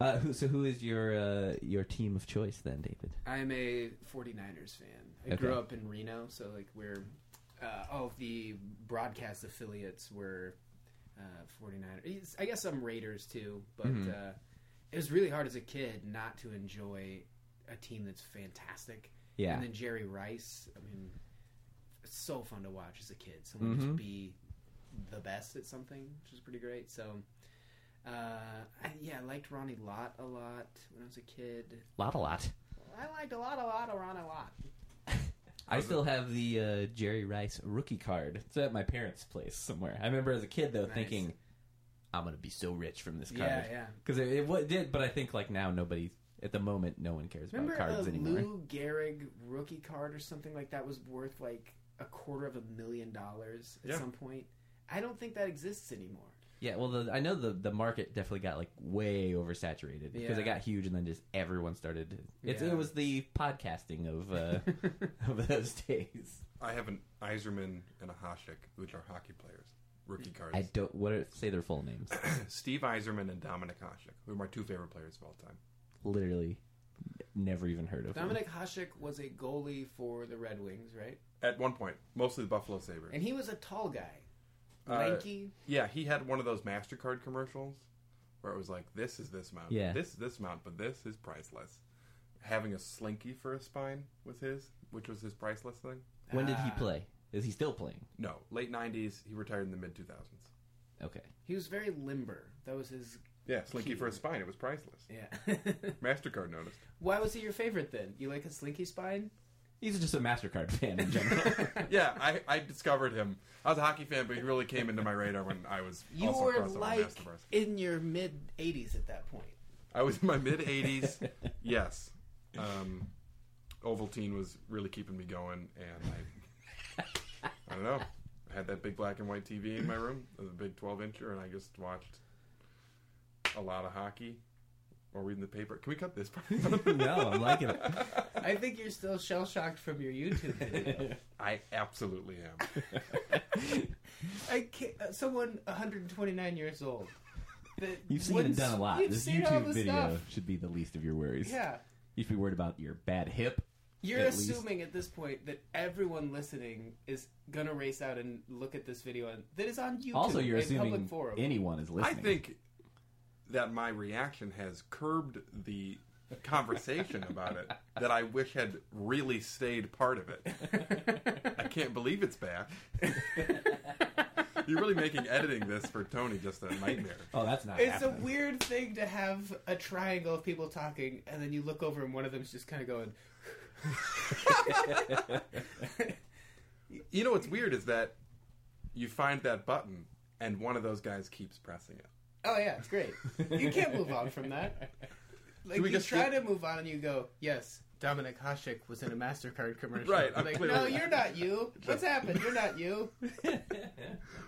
S3: Uh, who, so who is your uh, your team of choice then, David?
S7: I'm a 49ers fan. I
S3: Okay.
S7: grew up in Reno, so like we're uh, all of the broadcast affiliates were uh, 49ers. I guess some Raiders too, but
S3: Mm-hmm.
S7: uh, it was really hard as a kid not to enjoy a team that's fantastic.
S3: Yeah.
S7: and then Jerry Rice. I mean, it's so fun to watch as a kid. Someone
S3: Mm-hmm.
S7: just be the best at something, which is pretty great. So. Uh, I, yeah, I liked Ronnie Lott a lot when I was a kid.
S3: Lot a lot.
S7: I liked a lot, a lot, around a lot.
S3: I still have the uh, Jerry Rice rookie card. It's at my parents' place somewhere. I remember as a kid though
S7: Nice.
S3: thinking, "I'm gonna be so rich from this card."
S7: Yeah, yeah.
S3: Because it, it, wa- it did, but I think like now nobody at the moment no one cares
S7: Remember
S3: about
S7: a
S3: cards anymore.
S7: Lou Gehrig rookie card or something like that was worth like a quarter of a million dollars at
S8: Yeah.
S7: some point? I don't think that exists anymore.
S3: Yeah, well, the, I know the the market definitely got like way oversaturated because it
S7: Yeah.
S3: got huge, and then just everyone started. It's,
S7: Yeah.
S3: It was the podcasting of uh, of those days.
S8: I have an Iserman and a Hasek, which are hockey players, rookie cards.
S3: I don't what are, say their full names.
S8: Steve Iserman and Dominic Hasek, who are my two favorite players of all time.
S3: Literally, n- never even heard of them.
S7: Dominic Hasek was a goalie for the Red Wings, right?
S8: At one point, mostly the Buffalo Sabres.
S7: And he was a tall guy,
S8: Uh,
S7: lanky.
S8: Yeah, he had one of those Mastercard commercials where it was like, "This is this mount,
S3: Yeah.
S8: this is this mount, but this is priceless." Having a slinky for a spine was his, which was his priceless thing.
S3: When did he
S7: Ah.
S3: play? Is he still playing?
S8: No, late '90s. He retired in the mid 2000s.
S3: Okay,
S7: He was very limber. That was his.
S8: Yeah, slinky for a spine. It was priceless.
S7: Yeah.
S8: Mastercard noticed.
S7: Why was he your favorite then? You like a slinky spine?
S3: he's just a Mastercard fan in general.
S8: Yeah, I, I discovered him. I was a hockey fan, but he really came into my radar when I was
S7: You
S8: also
S7: were
S8: across the
S7: like
S8: Mastercard.
S7: in your mid 80s at that point.
S8: I was in my mid 80s. Yes. Um, Ovaltine was really keeping me going, and I, I don't know. I had that big black and white TV in my room, the big 12 incher, and I just watched a lot of hockey or reading the paper. Can we cut this part?
S3: no, I'm liking it.
S7: I think you're still shell shocked from your YouTube video.
S8: I absolutely am.
S7: I can't, uh, someone 129 years old. that
S3: You've seen and
S7: wouldn't-
S3: done a lot.
S7: You've
S3: This
S7: seen all
S3: YouTube
S7: the
S3: video
S7: stuff.
S3: should be the least of your worries.
S7: Yeah.
S3: you should be worried about your bad hip.
S7: You're
S3: At least.
S7: assuming at this point that everyone listening is going to race out and look at this video on, that is on YouTube.
S3: Also, you're
S7: a
S3: assuming
S7: public forum.
S3: anyone is
S8: I
S3: listening.
S8: think that my reaction has curbed the conversation about it that I wish had really stayed part of it. I can't believe it's back. You're really making editing this for Tony just a nightmare.
S3: Oh, that's not.
S7: It's a
S3: happening.
S7: weird thing to have a triangle of people talking, and then you look over and one of them's just kind of going,
S8: You know what's weird is that you find that button and one of those guys keeps pressing it.
S7: "Oh yeah, it's great." You can't move on from that. Like
S8: Do we
S7: you
S8: just
S7: try
S8: get-
S7: to move on, and you go, "Yes, Dominic Hasek was in a Mastercard commercial."
S8: Right, I'm
S7: like,
S8: clearly-
S7: no, you're not you. What's happened? You're not you.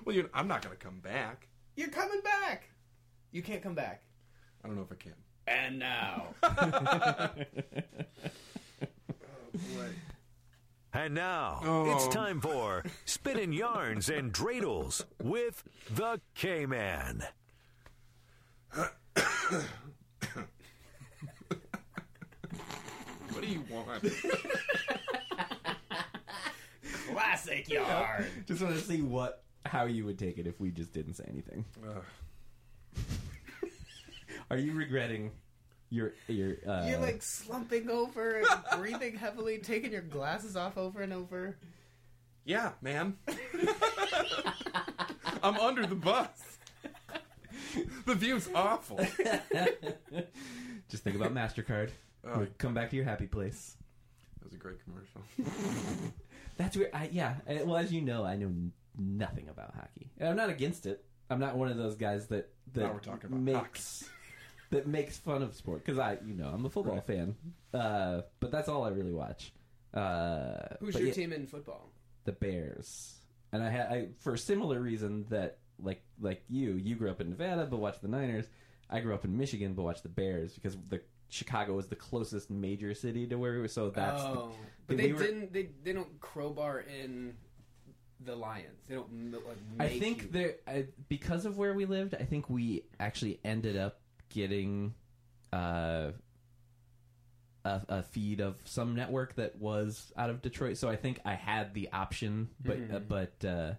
S8: Well, you I'm not going to come back.
S7: You're coming back. You can't come back.
S8: I don't know if I can.
S7: And now,
S1: And now
S8: Oh.
S1: it's time for Spinning Yarns and Dreidels with the K Man.
S8: What do you want?
S7: classic yard.
S3: Just want to see what how you would take it if we just didn't say anything.
S8: Ugh.
S3: Are you regretting You're you're uh,
S7: You're like slumping over, and breathing heavily, taking your glasses off over and over.
S8: Yeah, man. I'm under the bus. The view's awful.
S3: just think about Mastercard.
S8: Oh.
S3: We'll come back to your happy place.
S8: That was a great commercial.
S3: That's where I yeah. I- Well, as you know, I know n- nothing about hockey. And I'm not against it. I'm not one of those guys that that
S8: Now we're talking about
S3: makes that makes fun of sport because I you know I'm a football fan. Uh, but that's all I really watch. Uh,
S7: Who's
S3: but
S7: your
S3: yeah,
S7: team in football?
S3: The Bears. And I had I for a similar reason that like like you you grew up in Nevada but watched the Niners. I grew up in Michigan but watched the Bears because the Chicago was the closest major city to where we were. So that's the-
S7: oh, but
S3: we
S7: they
S3: were-
S7: didn't. They they don't crowbar in the Lions. They don't. m- Like,
S3: I
S7: make you-
S3: think there I, because of where we lived, I think we actually ended up getting uh, a, a feed of some network that was out of Detroit. So I think I had the option, but
S7: Mm-hmm.
S3: uh, but uh,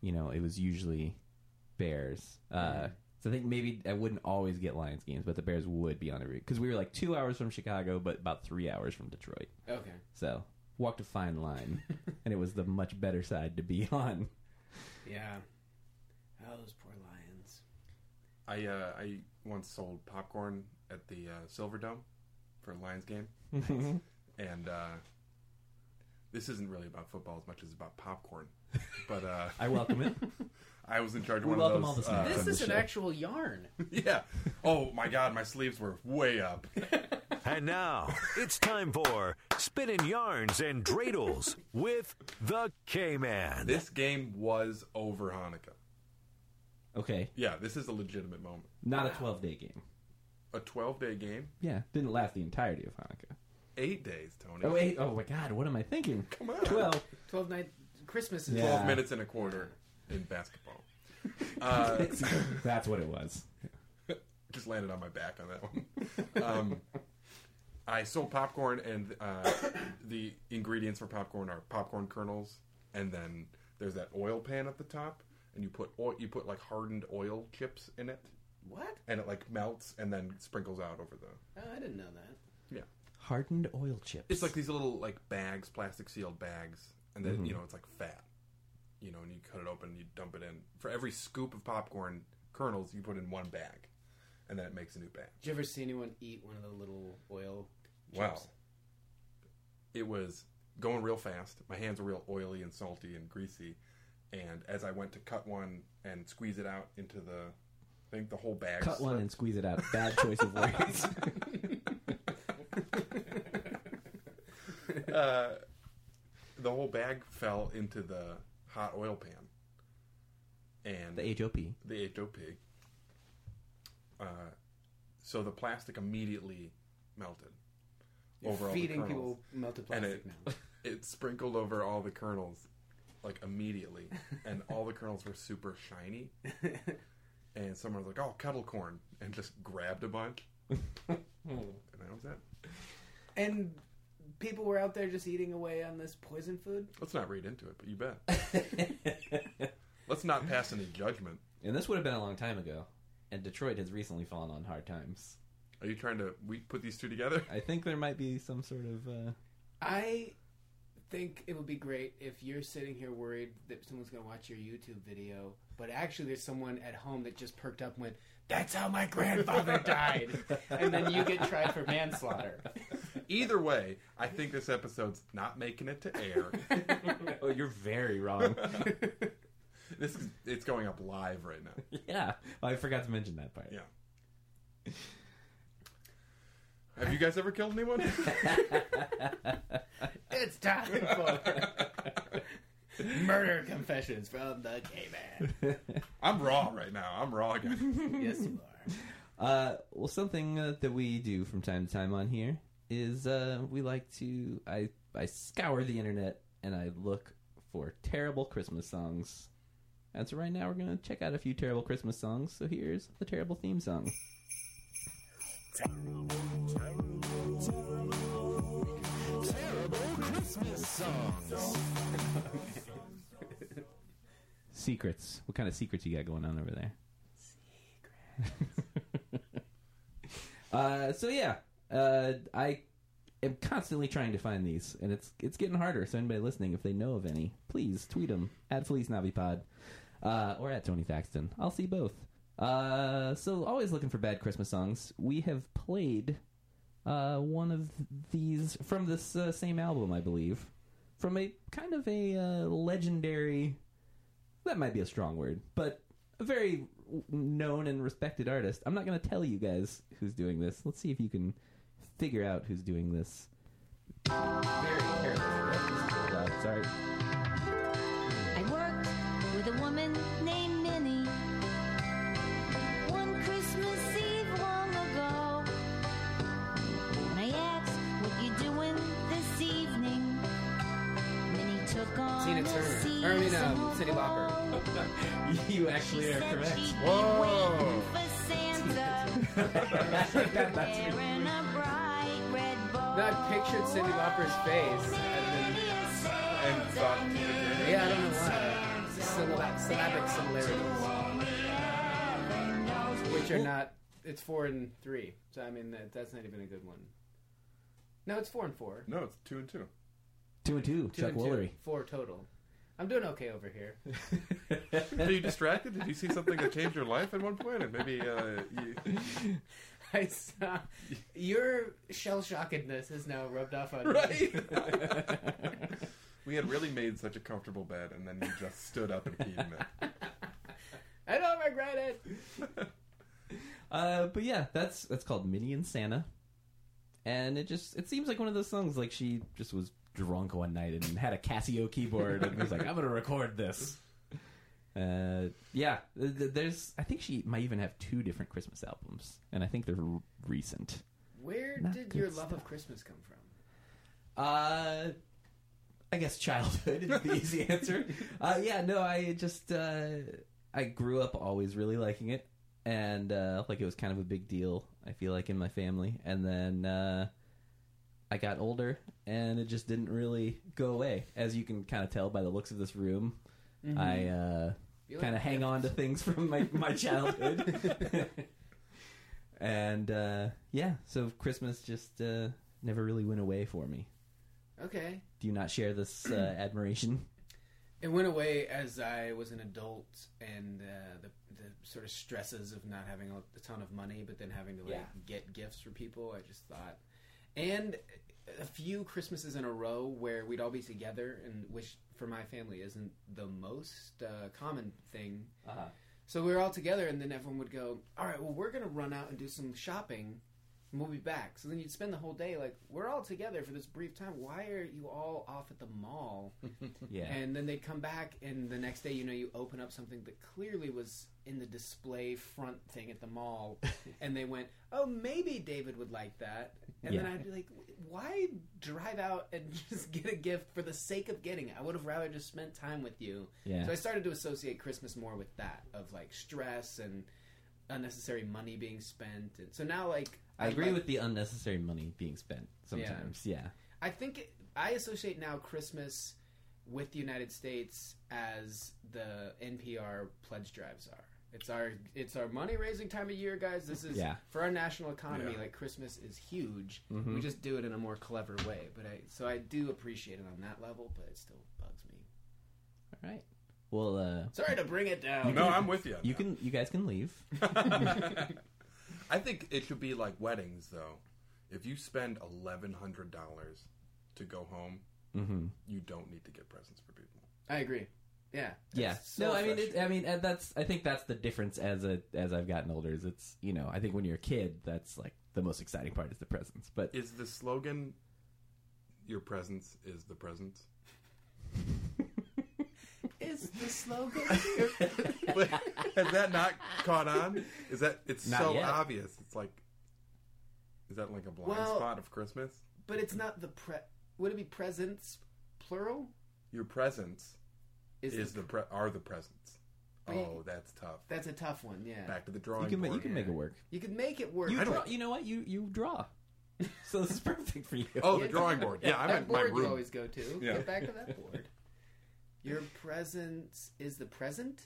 S3: you know it was usually Bears. Uh,
S7: Mm-hmm.
S3: So I think maybe I wouldn't always get Lions games, but the Bears would be on every because we were like two hours from Chicago, but about three hours from Detroit.
S7: Okay.
S3: So walked a fine line, and it was the much better side to be on.
S7: Yeah. Oh, those poor Lions.
S8: I uh, I once sold popcorn at the uh, Silver Dome for a Lions game, and uh, this isn't really about football as much as about popcorn. But uh,
S3: I welcome it.
S8: I was in charge of
S3: We
S8: one of
S3: welcome
S8: those.
S3: all the
S8: uh,
S3: snacks.
S7: This
S3: the
S7: is an
S3: show.
S7: actual yarn.
S8: yeah. Oh my God, my sleeves were way up.
S1: And now it's time for Spinning Yarns and Dreidels with the K Man.
S8: This game was over Hanukkah.
S3: Okay,
S8: Yeah, this is a legitimate moment.
S3: not a twelve-day game.
S8: A 12 day game,
S3: Yeah, didn't last the entirety of Hanukkah.
S8: eight days, Tony.
S3: Oh wait, oh my God, what am I thinking? Come
S8: on.
S3: twelve.
S7: Twelve night Christmas is
S3: Yeah.
S8: 12 minutes and a quarter in basketball. Uh,
S3: That's what it was.
S8: just landed on my back on that one. Um, I sold popcorn, and uh, the ingredients for popcorn are popcorn kernels, and then there's that oil pan at the top, and you put oil, you put like hardened oil chips in it,
S7: What?
S8: and it like melts and then sprinkles out over the.
S7: Oh, I didn't know that.
S8: Yeah,
S3: Hardened oil chips.
S8: it's like these little like bags, plastic sealed bags, and
S3: Mm-hmm.
S8: then you know it's like fat, you know, and you cut it open, you dump it in. For every scoop of popcorn kernels, you put in one bag, and then it makes a new bag.
S7: Did you ever see anyone eat one of the little oil?
S8: Wow. It was going real fast. My hands were real oily and salty and greasy. And as I went to cut one and squeeze it out into the, I think the whole bag.
S3: cut one and squeeze it out. Bad choice of words.
S8: Uh, the whole bag fell into the hot oil pan. And
S3: the HOP.
S8: the HOP. Uh, so the plastic immediately melted.
S7: You're
S8: over all the
S7: feeding
S8: kernels.
S7: people melted
S8: and
S7: plastic
S8: it
S7: now.
S8: it sprinkled over all the kernels like immediately and all the kernels were super shiny and someone was like oh kettle corn and just grabbed a bunch and that was it
S7: And people were out there just eating away on this poison food.
S8: let's not read into it but you bet let's not pass any judgment
S3: And this would have been a long time ago. And Detroit has recently fallen on hard times.
S8: are you trying to we put these two together
S3: I think there might be some sort of. Uh...
S7: I think it would be great if you're sitting here worried that someone's going to watch your YouTube video, but actually there's someone at home that just perked up and went, "That's how my grandfather died," and then you get tried for manslaughter.
S8: either way i think this episode's not making it to air
S3: Oh, you're very wrong.
S8: this is it's going up live right now
S3: yeah, I forgot to mention that part.
S8: yeah have you guys ever killed anyone
S7: It's time for murder confessions from the K-Man.
S8: I'm raw right now. I'm raw again.
S7: Yes, you are.
S3: Uh, well, something uh, that we do from time to time on here is uh, we like to I I scour the internet and I look for terrible Christmas songs. And so right now we're gonna check out a few terrible Christmas songs. So here's the terrible theme song. Secrets. What kind of secrets you got going on over there? Secrets. Uh, so yeah, uh, I am constantly trying to find these, and it's it's getting harder. So anybody listening, if they know of any, please tweet them at Feliz Navipod uh, or at Tony Thaxton. I'll see both. Uh, so always looking for bad Christmas songs. We have played uh, one of these from this uh, same album, I believe, from a kind of a uh, legendary that might be a strong word, but a very known and respected artist. I'm not going to tell you guys who's doing this. Let's see if you can figure out who's doing this. Very careless. That's loud. Sorry.
S11: I worked with a woman named Minnie. One Christmas Eve long ago, and I asked, "What you doing this evening?" Minnie took on
S7: Tina
S11: a
S7: Turner. Or, I mean,
S11: seasonal
S7: um, Cindy Lauper.
S3: you actually
S11: are correct.
S7: Whoa.
S11: for Santa, wearing a bright red bow.
S7: No, I pictured Cindy Lauper's face. And then,
S8: and thought Tina Turner.
S7: Yeah, I don't know why. Syllab- syllabic similarities. Which are not. It's four and three. So, I mean, that, that's not even a good one. No, it's four and four.
S8: No, it's two and two.
S3: Two and two.
S7: Two
S3: Chuck
S7: and two.
S3: Woolery.
S7: Four total. I'm doing okay over here.
S8: Are you distracted? Did you see something that changed your life at one point? And maybe uh, you,
S7: I saw your shell shockedness is now rubbed off on me.
S8: right? we had really made such a comfortable bed, and then you just stood up and keyed in it.
S7: I don't regret it.
S3: Uh, but yeah, that's that's called Minnie and Santa, and it just it seems like one of those songs. Like she just was drunk one night and had a Casio keyboard and was like, "I'm gonna record this." Uh, yeah, th- th- there's I think she might even have two different Christmas albums, and I think they're r- recent.
S7: Where
S3: Not
S7: did
S3: good
S7: your love of Christmas come from?
S3: Uh, I guess childhood is the easy answer. Uh, yeah, no, I just uh, I grew up always really liking it, and uh, like it was kind of a big deal. I feel like in my family, and then uh, I got older, and it just didn't really go away. As you can kind of tell by the looks of this room, I uh,
S7: You
S3: kind of
S7: like
S3: hang on to things from my my childhood. And uh, yeah, so Christmas just uh, never really went away for me.
S7: Okay.
S3: Do you not share this uh, admiration?
S7: It went away as I was an adult, and uh, the the sort of stresses of not having a a ton of money, but then having to like
S3: Yeah.
S7: get gifts for people. I just thought, and a few Christmases in a row where we'd all be together, and which for my family isn't the most uh, common thing. So we were all together, and then everyone would go, "All right, well, we're gonna run out and do some shopping, and we'll be back." So then you'd spend the whole day like, "We're all together for this brief time. Why are you all off at the mall?"
S3: Yeah.
S7: And then they'd come back, and the next day, you know, you open up something that clearly was in the display front thing at the mall, and they went, "Oh, maybe David would like that." And then
S3: Yeah.
S7: I'd be like, "Why drive out and just get a gift for the sake of getting it? I would have rather just spent time with you."
S3: Yeah.
S7: So I started to associate Christmas more with that of like stress and unnecessary money being spent. And so now, like,
S3: I
S7: I'd
S3: agree
S7: like-
S3: with the unnecessary money being spent sometimes. Yeah.
S7: I think it, I associate now Christmas with the United States as the NPR pledge drives are. It's our it's our money raising time of year, guys. This is
S3: Yeah. Mm-hmm.
S7: for our national economy.
S8: Yeah.
S7: Like Christmas is huge. We just do it in a more clever way. But I so I do appreciate it on that level, but it still bugs me.
S3: All right. Well, uh,
S7: Sorry to bring it down.
S8: No, I'm with you. on
S3: you
S8: that.
S3: can you guys can leave.
S8: I think it should be like weddings, though. If you spend eleven hundred dollars to go home,
S3: Mm-hmm.
S8: you don't need to get presents for people.
S7: I agree. Yeah.
S3: yeah.
S7: It's so
S3: no, I mean,
S7: fresh.
S3: it, I mean, uh, that's I think that's the difference as a as I've gotten older. Is it's you know I think when you're a kid that's like the most exciting part is the presents, but
S8: Is the slogan "Your presence is the presence"?
S7: is the slogan.
S8: But has that not caught on? Is that it's
S3: Not
S8: so
S3: yet.
S8: obvious? It's like, is that like a blind
S7: Well-
S8: spot of Christmas?
S7: but it's not the pre. Would it be presents plural?
S8: Your presence is, the, pre- are the presents.
S7: But you-
S8: oh, that's tough.
S7: That's a tough one. Yeah.
S8: Back to the
S3: you
S8: drawing
S3: can ma-
S8: board.
S3: you can make it work.
S7: You could make it work.
S3: You
S8: I don't-
S3: draw. You know what? You you draw. so this is perfect for you.
S8: Oh, the drawing board. Yeah, I'm
S7: that
S8: at my
S7: board
S8: room.
S7: you always go to.
S8: Yeah.
S7: Get back to that board. Your presence is the present,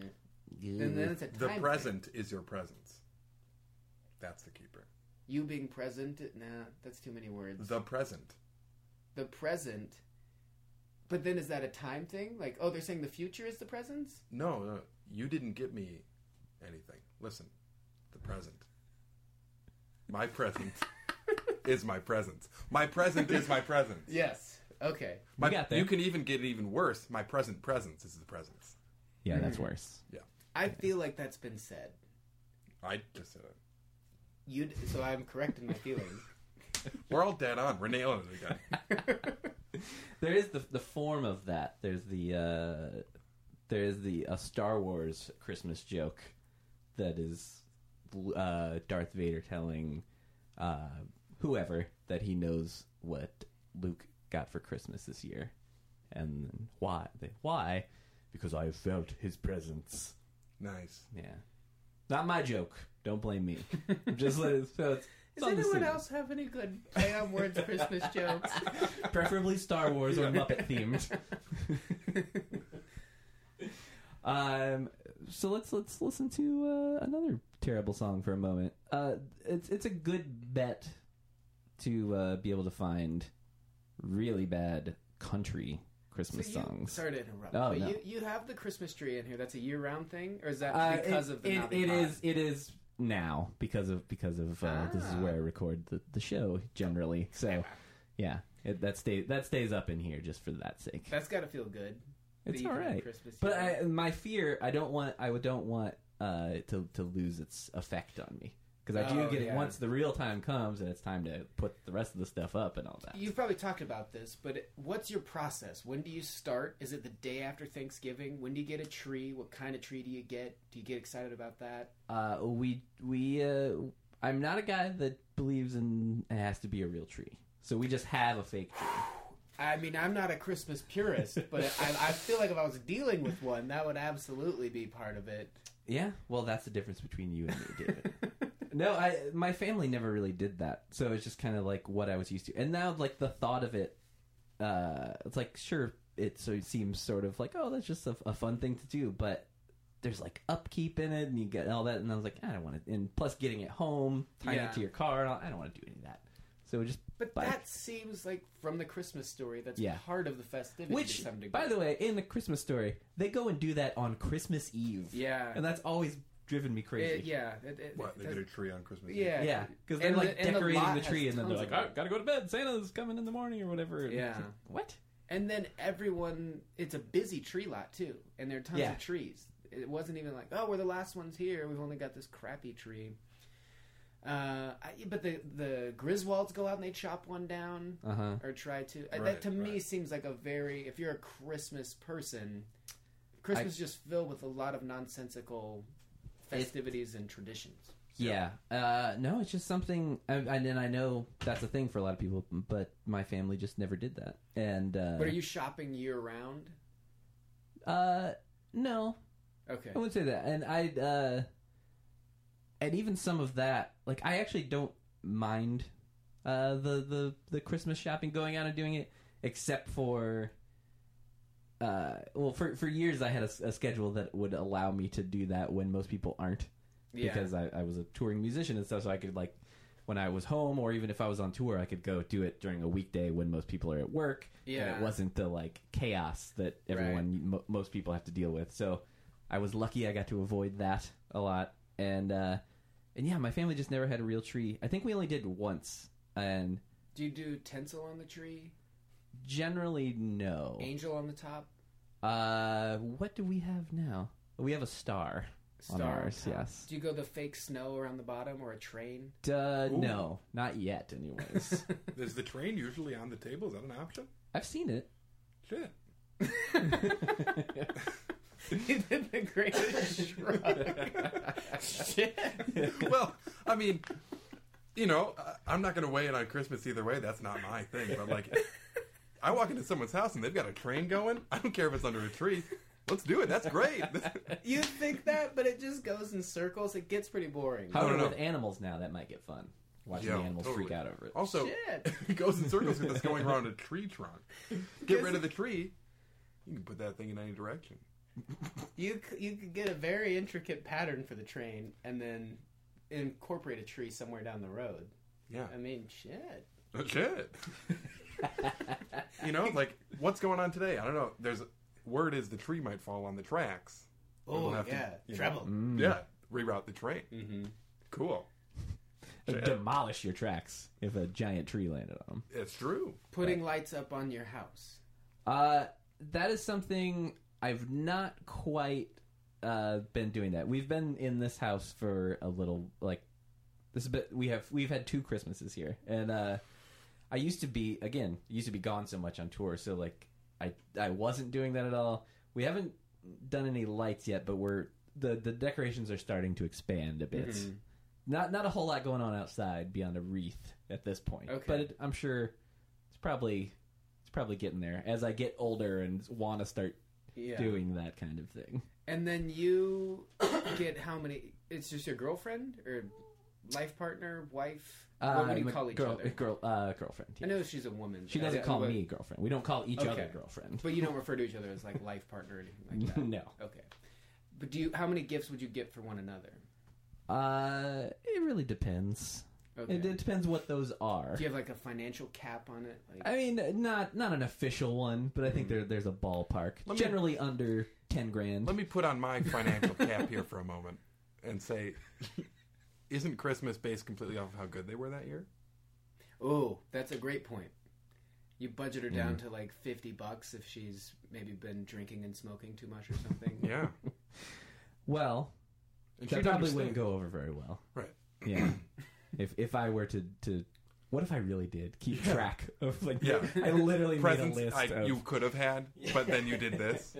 S7: Eh. and then it's a
S8: The
S7: time
S8: present is your presence. That's the keeper.
S7: You being present. Nah, that's too many words.
S8: The present.
S7: The present. But then is that a time thing? Like, oh, they're saying the future is the present?
S8: No, no, you didn't get me anything. Listen, the present. My present is my present. My present is my present.
S7: Yes. Okay.
S8: My, You can even get it even worse. My present presence is the presence.
S3: Yeah, that's worse.
S8: Yeah,
S7: I feel like that's been said.
S8: I just said it.
S7: You d- so I'm correct in my feeling.
S8: We're all dead on. We're nailing it again.
S3: there is the the form of that. There's the uh, there is the a Star Wars Christmas joke that is uh, Darth Vader telling uh, whoever that he knows what Luke got for Christmas this year, and why why because I felt his presence.
S8: Nice.
S3: Yeah, not my joke. Don't blame me. Just let it. So it's, it's
S7: Does
S3: on the
S7: anyone
S3: scene.
S7: else have any good play on words Christmas jokes?
S3: Preferably Star Wars or Muppet themed. um, so let's let's listen to uh, another terrible song for a moment. Uh, it's it's a good bet to uh, be able to find really bad country Christmas
S7: you,
S3: songs.
S7: Sorry to interrupt.
S3: Oh,
S7: but
S3: no.
S7: you, you have the Christmas tree in here. That's a year round thing, or is that
S3: Uh,
S7: because
S3: it-
S7: of the
S3: it,
S7: Navi
S3: it
S7: Pod?
S3: is it is now because of because of uh, this is
S7: Ah.
S3: where I record the, the show generally. So yeah, it, that stays that stays up in here just for that sake.
S7: That's got to feel good. that
S3: It's
S7: you
S3: all
S7: can have
S3: right.
S7: Christmas
S3: But
S7: tree.
S3: I, my fear, I don't want, I would- don't want uh, it to to lose its effect on me because I do
S7: Oh,
S3: get
S7: yeah.
S3: it once the real time comes and it's time to put the rest of the stuff up and all that.
S7: You've probably talked about this, but it- what's your process? When do you start? Is it the day after Thanksgiving? When do you get a tree? What kind of tree do you get? Do you get excited about that?
S3: Uh, we we uh, I'm not a guy that believes in it has to be a real tree, so we just have a fake tree.
S7: I mean, I'm not a Christmas purist, but I, I feel like if I was dealing with one, that would absolutely be part of it.
S3: Yeah, well, that's the difference between you and me, David. no, I my family never really did that, so it's just kind of like what I was used to, and now like the thought of it, uh, it's like sure, it so it seems sort of like oh that's just a, a fun thing to do, but there's like upkeep in it, and you get all that, and I was like I don't want to, and plus getting it home, tying
S7: Yeah.
S3: it to your car, I don't want to do any of that, so just
S7: But
S3: buy a
S7: that seems like from the Christmas story. That's
S3: Yeah.
S7: part of the festivity to
S3: Which,
S7: some degree.
S3: by the way, in the Christmas story, they go and do that on Christmas Eve.
S7: Yeah.
S3: and that's always driven me crazy.
S7: It- yeah, it- it-
S8: What, they
S7: that's-
S8: did a tree on Christmas Eve?
S7: Yeah,
S3: yeah, because they're
S7: And
S3: like
S7: the- and the
S3: decorating
S7: lot
S3: the,
S7: has
S3: tree, and then they're
S7: tons
S3: like,
S7: of
S3: "I gotta go to bed. Santa's coming in the morning or whatever." And
S7: Yeah.
S3: what?
S7: And then everyone, it's a busy tree lot too, and there are tons
S3: Yeah.
S7: of trees. It wasn't even like, oh, we're the last ones here. We've only got this crappy tree. Uh, I, but the the Griswolds go out and they chop one down
S3: Uh-huh.
S7: or try to. I-
S3: Right,
S7: that to me
S3: right.
S7: seems like a very if you're a Christmas person, Christmas is just filled with a lot of nonsensical festivities and traditions.
S3: Uh-huh. Yeah. Uh, no, it's just something, and, and then I know that's a thing for a lot of people, but my family just never did that. And uh,
S7: but are you shopping year round?
S3: Uh, no.
S7: Okay.
S3: I wouldn't say that. And I, uh, and even some of that, like I actually don't mind uh, the the the Christmas shopping, going out and doing it, except for. Uh, well, for for years I had a, s- a schedule that would allow me to do that when most people aren't,
S6: Yeah.
S3: because I, I was a touring musician and stuff. So I could like, when I was home or even if I was on tour, I could go do it during a weekday when most people are at work. and
S7: Yeah.
S3: it wasn't the like chaos that everyone mo- most people have to deal with. So I was lucky I got to avoid that a lot. And uh and yeah, my family just never had a real tree. I think we only did once. And
S7: Do you do tinsel on the tree?
S3: generally no.
S7: Angel on the top?
S3: Uh what do we have now? We have a star, on
S7: Star on
S3: ours,
S7: top?
S3: yes.
S7: Do you go the fake snow around the bottom or a train?
S3: Duh,
S7: Ooh.
S3: no, not yet anyways.
S8: Is the train usually on the table? Is that an option?
S3: I've seen it.
S8: Shit.
S7: he did the greatest shrug. Shit.
S8: well, I mean, you know, I- I'm not going to weigh in on Christmas either way. That's not my thing. But like, I walk into someone's house and they've got a train going. I don't care if it's under a tree. Let's do it. That's great.
S7: you think that, but it just goes in circles. It gets pretty boring.
S3: However, with animals now, that might get fun. Watching
S8: Yeah,
S3: the animals freak
S8: totally. Oh,
S3: out over it.
S8: Also,
S7: Shit.
S8: it goes in circles because it's going around a tree trunk. Get rid of the tree. You can put that thing in any direction.
S7: you c- you could get a very intricate pattern for the train, and then incorporate a tree somewhere down the road.
S8: Yeah.
S7: I mean, shit.
S8: Shit. you know, like what's going on today? I don't know. There's word is the tree might fall on the tracks.
S7: Oh,
S8: We'll
S7: yeah.
S8: you know,
S7: Travel. Mm.
S8: Yeah, reroute the train. Mm-hmm. Cool. Shit.
S3: Demolish your tracks if a giant tree landed on them.
S8: It's true.
S7: Putting lights up on your house.
S3: Uh, that is something I've not quite uh, been doing. That we've been in this house for a little, like this. Bit we have we've had two Christmases here, and uh, I used to be again used to be gone so much on tour, so like I I wasn't doing that at all. We haven't done any lights yet, but we're the the decorations are starting to expand a bit.
S8: Mm-hmm.
S7: Mhm.
S3: Not not a whole lot going on outside beyond a wreath at this point.
S7: Okay.
S3: But it, I'm sure it's probably it's probably getting there as I get older and want to start
S7: Yeah.
S3: doing that kind of thing.
S7: And then you get how many? It's just your girlfriend or life partner, wife? what, what do you
S3: Uh, my
S7: call each
S3: Um, girl,
S7: other?
S3: Girl, uh, girlfriend.
S7: I know she's a woman.
S3: She
S7: but-
S3: doesn't call
S7: but-
S3: me girlfriend. We don't call each other
S7: Okay.
S3: girlfriend.
S7: But you don't refer to each other as like life partner or anything like that.
S3: No.
S7: Okay. But do you? How many gifts would you get for one another?
S3: Uh, it really depends.
S7: Okay.
S3: It, it depends what those are.
S7: Do you have like a financial cap on it? Like,
S3: I mean, not not an official one, but I
S7: Mm-hmm.
S3: think there there's a ballpark.
S8: Let me-
S3: Generally under ten grand.
S8: Let me put on my financial cap here for a moment and say, isn't Christmas based completely off of how good they were that year?
S7: oh, that's a great point. You budget her down
S3: Mm-hmm.
S7: to
S8: Mhm.
S7: like fifty bucks if she's maybe been drinking and smoking too much or something.
S8: Yeah.
S3: Well,
S8: And
S3: that
S8: she'd
S3: probably
S8: understand.
S3: wouldn't go over very well.
S8: Right.
S3: Yeah. if if I were to to, what if I really did keep track of like?
S8: Yeah.
S3: I literally
S8: Presents
S3: made a list.
S8: I,
S3: of,
S8: you could have had, but then you did this.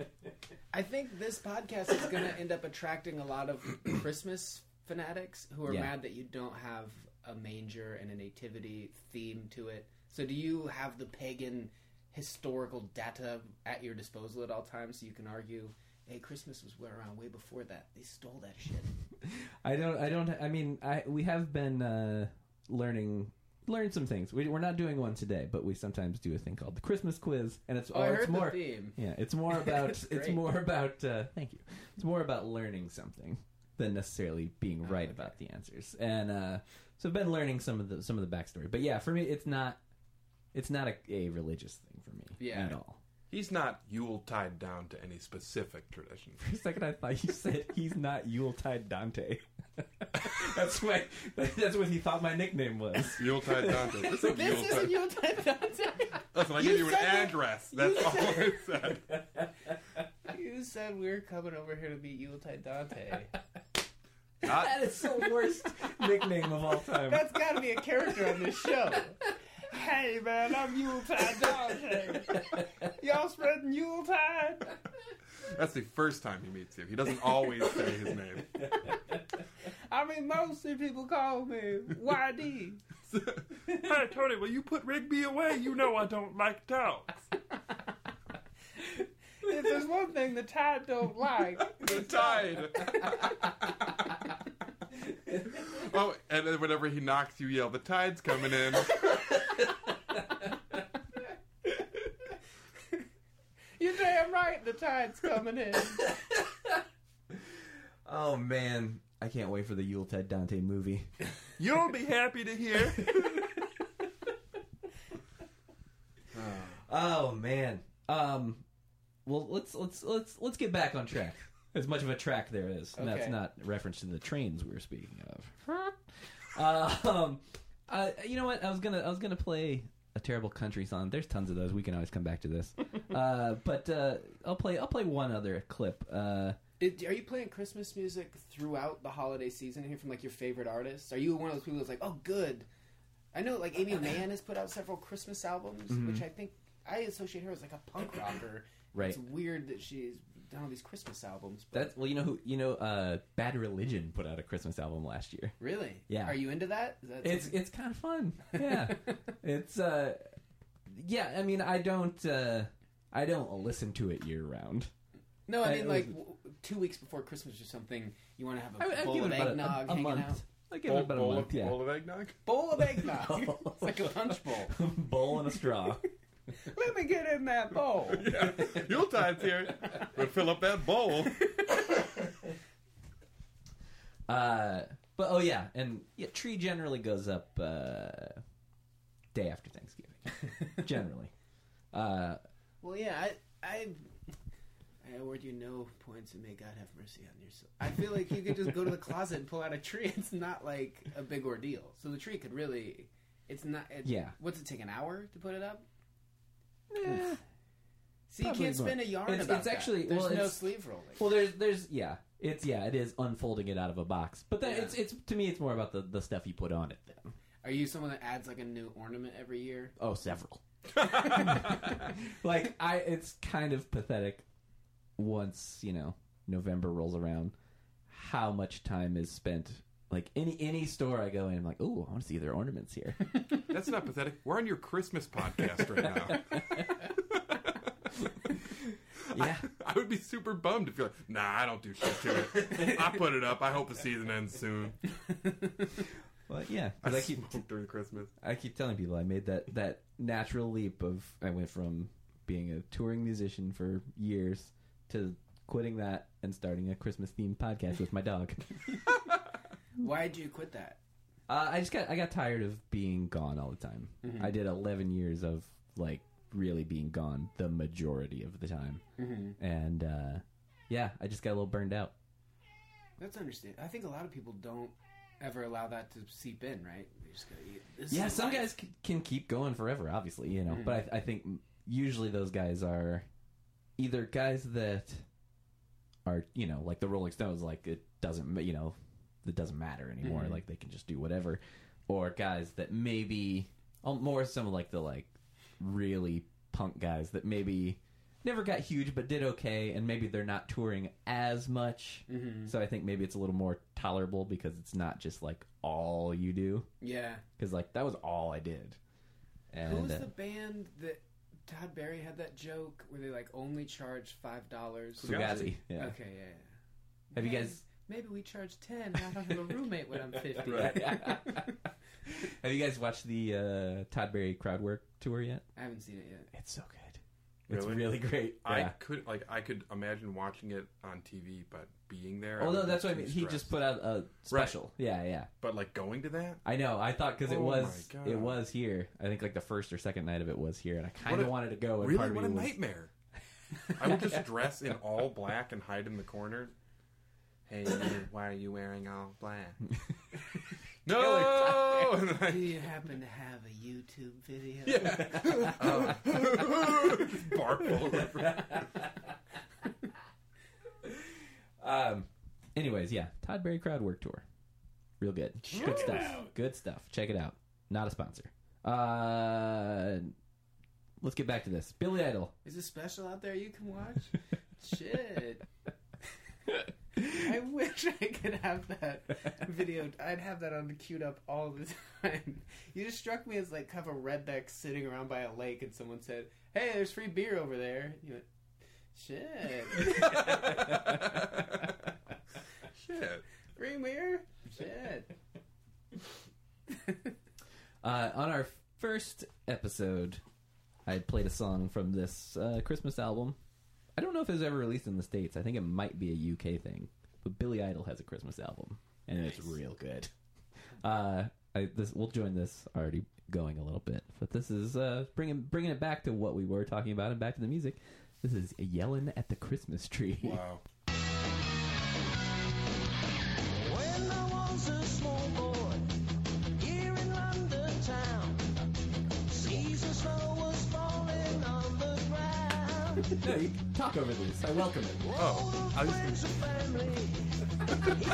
S7: I think this podcast is going to end up attracting a lot of Christmas fanatics who are
S3: Yeah.
S7: mad that you don't have a manger and a nativity theme to it. So, do you have the pagan historical data at your disposal at all times so you can argue, hey, Christmas was way around way before that? They stole that shit.
S3: I don't. I don't. I mean, I we have been uh, learning learned some things. We, we're not doing one today, but we sometimes do a thing called the Christmas quiz, and it's,
S7: Oh, I
S3: or it's
S7: heard the
S3: more.
S7: theme.
S3: Yeah, it's more about.
S7: It's
S3: it's,
S7: great.
S3: more about. Uh, thank you. It's more about learning something than necessarily being right about the answers. And uh, so I've been learning some of the some of the backstory. But yeah, for me, it's not. It's not a, a religious thing for me
S8: Yeah.
S3: at all.
S8: He's not Yule tied down to any specific tradition.
S3: For a second, I thought you said he's not Yuletide Dante. that's my. That's what he thought my nickname was.
S8: Yuletide Dante. This is
S7: this isn't your type
S8: Listen, I
S7: You
S8: gave you an
S7: said it.
S8: address. That's
S7: You
S8: all
S7: said-
S8: I said.
S7: You said we were coming over here to meet Yuletide Dante.
S3: that is the worst nickname of all time.
S7: That's got to be a character on this show. Hey man, I'm Yuletide Dante. Y'all spreading Yuletide.
S8: That's the first time he meets you. He doesn't always say his name.
S7: I mean, mostly people call me YD.
S8: hey, Tony, will you put Rigby away? You know I don't like dogs.
S7: If there's one thing the tide don't like,
S8: The tide. oh, and then whenever he knocks, you yell, "The tide's coming in."
S7: you're damn right the tide's coming in.
S3: Oh man, I can't wait for the Yuletide Dante movie.
S8: You'll be happy to hear.
S3: Oh man. Um, well let's let's let's let's get back on track. As much of a track there is, and that's
S7: Okay.
S3: not a reference to the trains we were speaking of. um, uh, you know what? I was gonna I was gonna play a terrible country song. There's tons of those. We can always come back to this. uh, but uh, I'll play I'll play one other clip. Uh,
S7: It- Are you playing Christmas music throughout the holiday season here from like your favorite artists? Are you one of those people that's like, oh, good? I know like Amy Mann has put out several Christmas albums,
S3: Mhm.
S7: which I think I associate her as like a punk rocker.
S3: Right.
S7: It's weird that she's done all these Christmas albums. But
S3: that's well, you know who you know. Uh, Bad Religion put out a Christmas album last year.
S7: really,
S3: Yeah.
S7: Are you into that? Is that
S3: it's
S7: something-
S3: it's kind of fun. Yeah, it's uh, yeah. I mean, I don't uh, I don't listen to it year round.
S7: No, I
S3: I-
S7: mean
S3: it
S7: like
S3: was-
S7: w- two weeks before Christmas or something. You want to have
S3: I,
S7: a
S3: I'd
S7: bowl
S3: give
S7: of
S3: it about a,
S7: eggnog
S3: a
S7: hanging
S3: month.
S7: out.
S3: I give it about a
S8: bowl
S3: month.
S8: of,
S3: Yeah,
S8: bowl of eggnog.
S7: Bowl of eggnog.
S3: No.
S7: it's like a punch bowl.
S3: bowl and a straw.
S7: Let me get in that bowl.
S8: Yeah, Yuletide's here. But fill up that bowl.
S3: Uh, but But oh yeah, and yeah, tree generally goes up uh, day after Thanksgiving, generally. Uh,
S7: Well, yeah, I, I, I award you no points, and may God have mercy on your soul. I feel like you could just go to the closet and pull out a tree. It's not like a big ordeal. So the tree could really, it's not. It,
S3: Yeah.
S7: What's it take an hour to put it up?
S3: eh,
S7: See, you
S3: Probably
S7: can't
S3: more.
S7: spin a yarn
S3: It's-
S7: about
S3: it's
S7: that.
S3: actually-
S7: There's
S3: well,
S7: no
S3: it's-
S7: sleeve rolling.
S3: well, there's there's yeah, it's yeah, it is unfolding it out of a box. But then
S7: Yeah.
S3: it's it's to me, it's more about the the stuff you put on it. Then
S7: Are you someone that adds like a new ornament every year?
S3: oh, several. like I, it's kind of pathetic. Once you know November rolls around, how much time is spent? Like any any store I go in, I'm like, oh, I want to see their ornaments here.
S8: That's not pathetic. We're on your Christmas podcast right now.
S3: Yeah.
S8: I would be super bummed if you're like, nah, I don't do shit to it. I put it up. I hope the season ends soon.
S3: Well, yeah,
S8: I
S3: 'cause I keep
S8: smoke during Christmas.
S3: I keep telling people I made that that natural leap of I went from being a touring musician for years to quitting that and starting a Christmas themed podcast with my dog.
S7: Why'd you quit that?
S3: Uh, I just got I got tired of being gone all the time.
S7: Mhm.
S3: I did eleven years of like really being gone the majority of the time,
S7: Mhm.
S3: and uh, yeah, I just got a little burned out.
S7: That's understandable. I think a lot of people don't ever allow that to seep in, right? They just go, this
S3: yeah,
S7: is
S3: some
S7: life."
S3: guys Mm-hmm. c- can keep going forever, obviously, you know.
S7: Mhm.
S3: But I, I think usually those guys are either guys that are, you know, like the Rolling Stones, like it doesn't, ma- you know, it doesn't matter anymore.
S7: Mhm.
S3: Like they can just do whatever, or guys that maybe um, more some of like the like really punk guys that maybe never got huge but did okay, and maybe they're not touring as much.
S7: Mhm.
S3: So I think maybe it's a little more tolerable because it's not just like all you do
S7: Yeah.
S3: because like that was all I did. And
S7: Who was
S3: uh,
S7: the band that Todd Barry had that joke where they like only charge five dollars?
S3: Fugazi, yeah.
S7: Okay, yeah. yeah.
S3: have you
S7: Hey,
S3: guys
S7: Maybe we charge ten. and I don't have a roommate when I'm fifty.
S3: have you guys watched the uh, Todd Berry crowd work tour yet?
S7: I haven't seen it yet.
S3: It's so good. It's really great.
S8: I
S3: yeah.
S8: could like I could imagine watching it on TV, but being there.
S3: Although
S8: would
S3: that's
S8: be
S3: what I
S8: too
S3: mean. He
S8: stressed.
S3: just put out a special. Yeah, yeah.
S8: But like going to that,
S3: I know. I thought because it
S8: Oh
S3: was
S8: my God.
S3: it was here. I think like the first or second night of it was here, and I kind
S8: What
S3: of
S8: a-
S3: wanted to go. And
S8: really,
S3: part of
S8: what
S3: me
S8: a
S3: was,
S8: nightmare. I would just dress in all black and hide in the corner. Hey, why are you wearing all black? no. And
S7: Do
S8: then
S7: you happen to have a YouTube video?
S8: I just barf all over.
S3: Um. Anyways, yeah. Todd Berry crowd work tour. Real good. good stuff. Good stuff. Check it out. Not a sponsor. Uh. Let's get back to this. Billy Idol.
S7: Is a special out there you can watch? Shit. I wish I could have that video. I'd have that on queued up all the time. You just struck me as like kind of a redneck sitting around by a lake, and someone said, "Hey, there's free beer over there." You went, "Shit,
S8: Shit.
S7: free beer? Shit."
S3: Uh, on our first episode, I played a song from this uh, Christmas album. I don't know if it was ever released in the States. I think it might be a UK thing. But Billy Idol has a Christmas album, and it's real good. Uh, I, this, we'll join this already going a little bit. But this is uh, bringing, bringing it back to what we were talking about and back to the music. This is Yelling at the Christmas Tree.
S8: Wow.
S2: When I was a small boy, here in London town, season snow was falling on the ground.
S3: No, you can talk over this. I welcome it.
S8: Oh, I
S2: Friends
S8: was
S2: and family,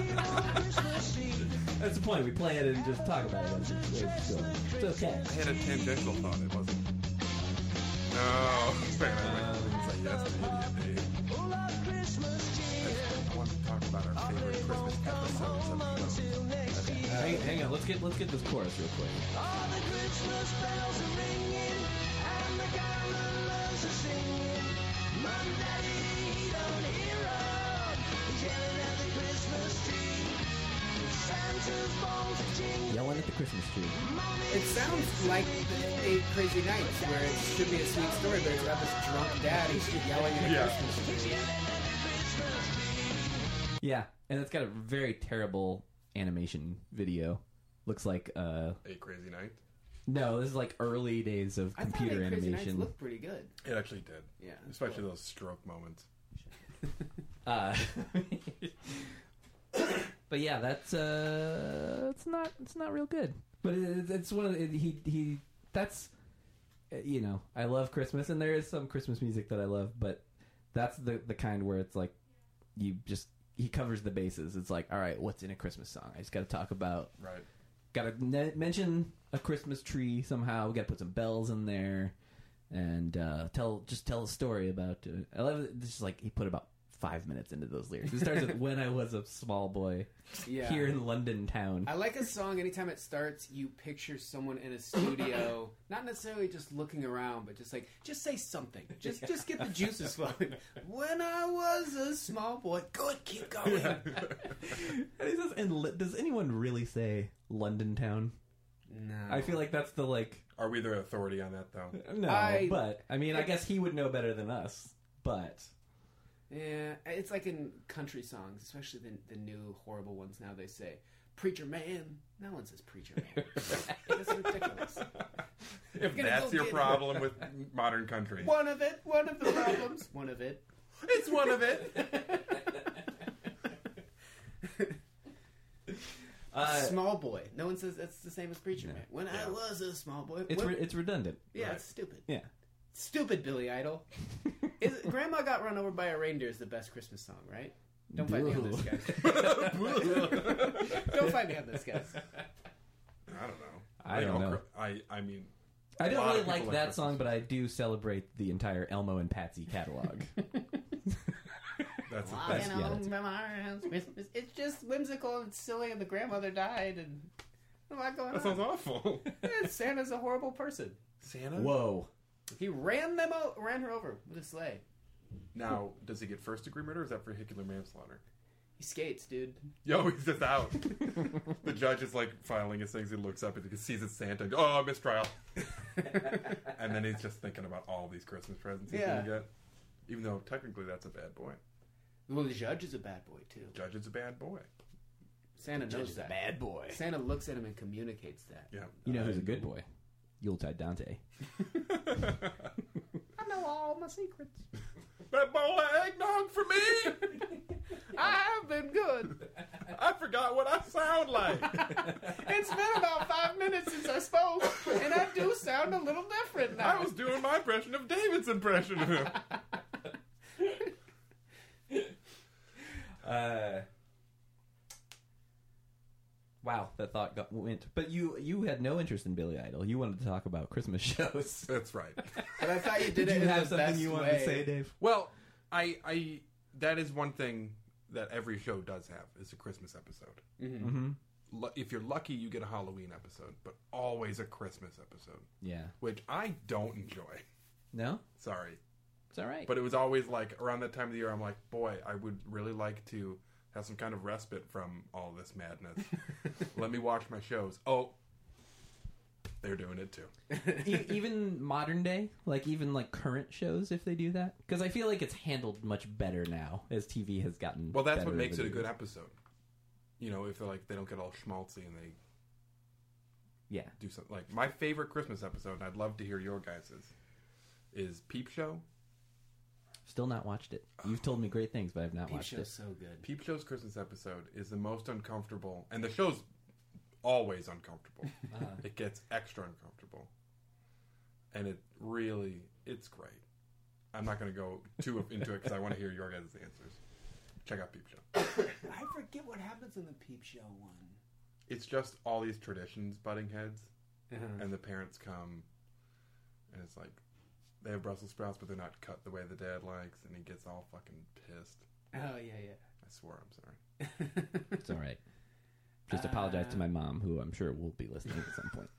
S2: here on Christmas Eve,
S3: That's the point. We play it and just talk about it. It's, it's, cool. It's okay.
S8: I had a tangential thought. It wasn't. No. Man, I went say yes to idiot Dave.
S2: full of Christmas cheer.
S8: I want to talk about our favorite Christmas episodes.
S2: Till next year,
S3: Hang, hang on, let's get let's get this chorus real quick.
S2: all the Christmas bells are ringing, and the carolers are singing. Mum, Daddy, don't hear 'em, he's yelling at the Christmas tree. Santa's balls are jingling.
S3: Yelling at the Christmas tree.
S7: It sounds like the Eight Crazy Nights, where it should be a sweet story, but it's about this drunk dad who's just yelling at a
S8: Yeah.
S7: Christmas tree.
S3: Yeah, and it's got a very terrible animation video. Looks like uh
S8: A Crazy Night.
S3: no, this is like early days of
S8: I thought
S3: computer
S8: Eight Crazy Nights
S3: animation.
S8: looked
S7: pretty good.
S8: It actually did.
S7: Yeah, it's
S8: Especially
S7: cool.
S8: those stroke moments.
S3: Uh, but yeah, that's uh, it's not it's not real good. But it, it's one of the, he he that's uh, you know I love Christmas and there is some Christmas music that I love, but that's the the kind where it's like you just he covers the bases. It's like all right, what's in a Christmas song? I just got to talk about
S8: right.
S3: Got to ne- mention a Christmas tree somehow. We got to put some bells in there and uh, tell just tell a story about. Uh, I love it. This is like he put about five minutes into those lyrics. It starts with when I was a small boy
S7: Yeah.
S3: here in London town.
S7: I like a song. Anytime it starts, you picture someone in a studio, not necessarily just looking around, but just like just say something. Just just get the juices flowing. when I was a small boy, good, keep going.
S3: And he says, and li- does anyone really say London town?
S7: No.
S3: I feel like that's the like.
S8: Are we the authority on that though?
S3: No,
S7: I-
S3: but I mean, I guess he would know better than us. But
S7: Yeah, it's like in country songs, especially the the new horrible ones. Now they say preacher man. No one says preacher man. That's ridiculous. We're
S8: If
S7: gonna
S8: that's
S7: go
S8: your
S7: get
S8: problem with modern country.
S7: one of it, one of the problems, one of it.
S8: It's one of it.
S3: Uh,
S7: small boy. No one says that's the same as preacher man. When I
S3: Yeah.
S7: was a small boy,
S3: it's
S7: when-
S3: re- it's redundant.
S7: yeah, it's stupid.
S3: Yeah.
S7: Stupid Billy Idol. Is, Grandma got run over by a reindeer is the best Christmas song, right? Don't fight me on this, guys. Don't fight me on this, guys.
S8: I don't know.
S3: I
S8: think
S3: don't
S8: all
S3: know.
S8: cri- I I mean,
S3: I
S8: a
S3: don't
S8: lot
S3: really
S8: of people
S3: like that
S8: Christmas.
S3: song, but I do celebrate the entire Elmo and Patsy catalog.
S8: That's
S3: That's-
S7: Walking
S3: yeah,
S7: along
S3: that's-
S7: by my house, Christmas. It's just whimsical and silly, and the grandmother died, and a lot going
S8: That
S7: on.
S8: sounds awful.
S7: Yeah, Santa's a horrible person.
S8: Santa.
S3: Whoa.
S7: He ran them o ran her over with a sleigh.
S8: Now, does he get first degree murder? or Is that vehicular manslaughter?
S7: He skates, dude.
S8: Yo, he's just out. the judge is like filing his things. He looks up and he sees it's Santa. Oh, mistrial. and then he's just thinking about all these Christmas presents he's
S7: Yeah.
S8: gonna get. Even though technically that's a bad boy.
S7: Well, the judge is a bad boy too.
S8: Judge is a bad boy.
S7: Santa
S8: The judge
S7: knows
S8: is a
S7: that.
S8: bad boy.
S7: Santa looks at him and communicates that.
S8: Yeah.
S3: You know who's a good boy? Yuletide Dante.
S7: I know all my secrets.
S8: That bowl of eggnog for me.
S7: I have been good.
S8: I forgot what I sound like.
S7: It's been about five minutes since I spoke, and I do sound a little different now.
S8: I was doing my impression of David's impression of him.
S3: Uh, wow, that thought got went. But you you had no interest in Billy Idol. You wanted to talk about Christmas shows.
S8: That's right.
S7: But I thought you did,
S3: Did
S7: it
S3: you
S7: in
S3: have
S7: the
S3: something
S7: best
S3: you wanted
S7: way.
S3: to say, Dave?
S8: Well, I, I, that is one thing that every show does have is a Christmas episode.
S7: Mhm.
S3: Mhm.
S8: Lu- If you're lucky, you get a Halloween episode, but always a Christmas episode.
S3: Yeah.
S8: which I don't enjoy.
S3: No,
S8: Sorry,
S3: it's all right.
S8: but it was always like around that time of the year. I'm like, boy, I would really like to have some kind of respite from all this madness. Let me watch my shows. Oh, they're doing it too.
S3: E- even modern day, like even like current shows, if they do that, because I feel like it's handled much better now as TV has gotten.
S8: Well, that's
S3: better
S8: what
S3: over
S8: makes
S3: the
S8: it a good
S3: years.
S8: episode. You know, if they're like they don't get all schmaltzy and they
S3: Yeah.
S8: do something like my favorite Christmas episode, and I'd love to hear your guys's, is Peep Show.
S3: Still not watched it. You've told me great things, but I've not
S7: Peep
S3: watched it.
S7: show's so good.
S8: Peep Show's Christmas episode is the most uncomfortable, and the show's always uncomfortable. It gets extra uncomfortable, and it really it's great. I'm not going to go too into it because I want to hear your guys' answers. Check out Peep Show.
S7: I forget what happens in the Peep Show one.
S8: It's just all these traditions butting heads,
S7: Uh-huh.
S8: and the parents come, and it's like they have Brussels sprouts, but they're not cut the way the dad likes, and he gets all fucking pissed.
S7: Oh yeah, yeah.
S8: I swear, I'm sorry.
S3: It's all right. Just apologize to my mom, who I'm sure will be listening at some point.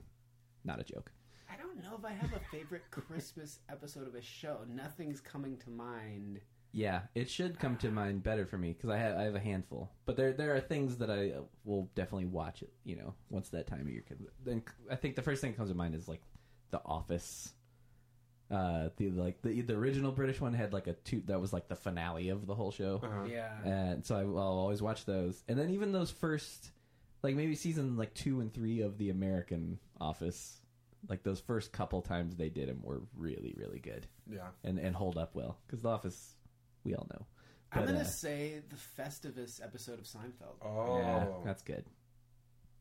S3: Not a joke.
S7: I don't know if I have a favorite Christmas episode of a show. Nothing's coming to mind.
S3: Yeah, it should come to mind better for me because I have I have a handful, but there there are things that I uh, will definitely watch. It you know once that time of year. comes. Then I think the first thing that comes to mind is like The Office. Uh, the like the the original British one had like a two that was like the finale of the whole show.
S8: Uh-huh.
S7: Yeah.
S3: and so I, will always watch those. And then even those first like maybe season like two and three of the American Office. Like those first couple times they did them were really really good.
S8: Yeah.
S3: and and hold up well because the Office, we all know.
S7: I'm
S3: But,
S7: gonna
S3: uh,
S7: say the Festivus episode of Seinfeld.
S8: Oh.
S3: yeah, that's good.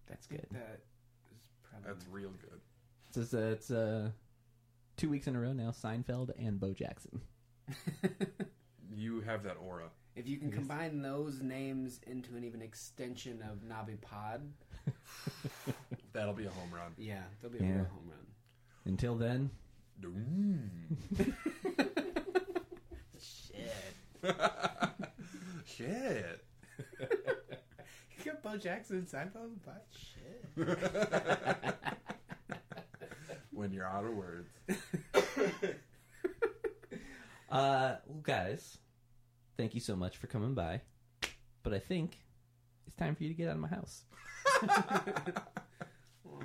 S3: That's good.
S7: That is probably
S8: That's real good.
S3: It's just, uh, it's uh, two weeks in a row now. Seinfeld and Bo Jackson.
S8: You have that aura.
S7: If you can
S8: Yes.
S7: combine those names into an even extension of Nabi Pod,
S8: That'll be a home run.
S7: yeah, they'll be a real home run.
S3: Until then,
S7: Shit.
S8: Shit.
S7: you got Bo Jackson and Seinfeld, but shit.
S8: when you're out of words.
S3: uh, well, guys, thank you so much for coming by. But I think it's time for you to get out of my house.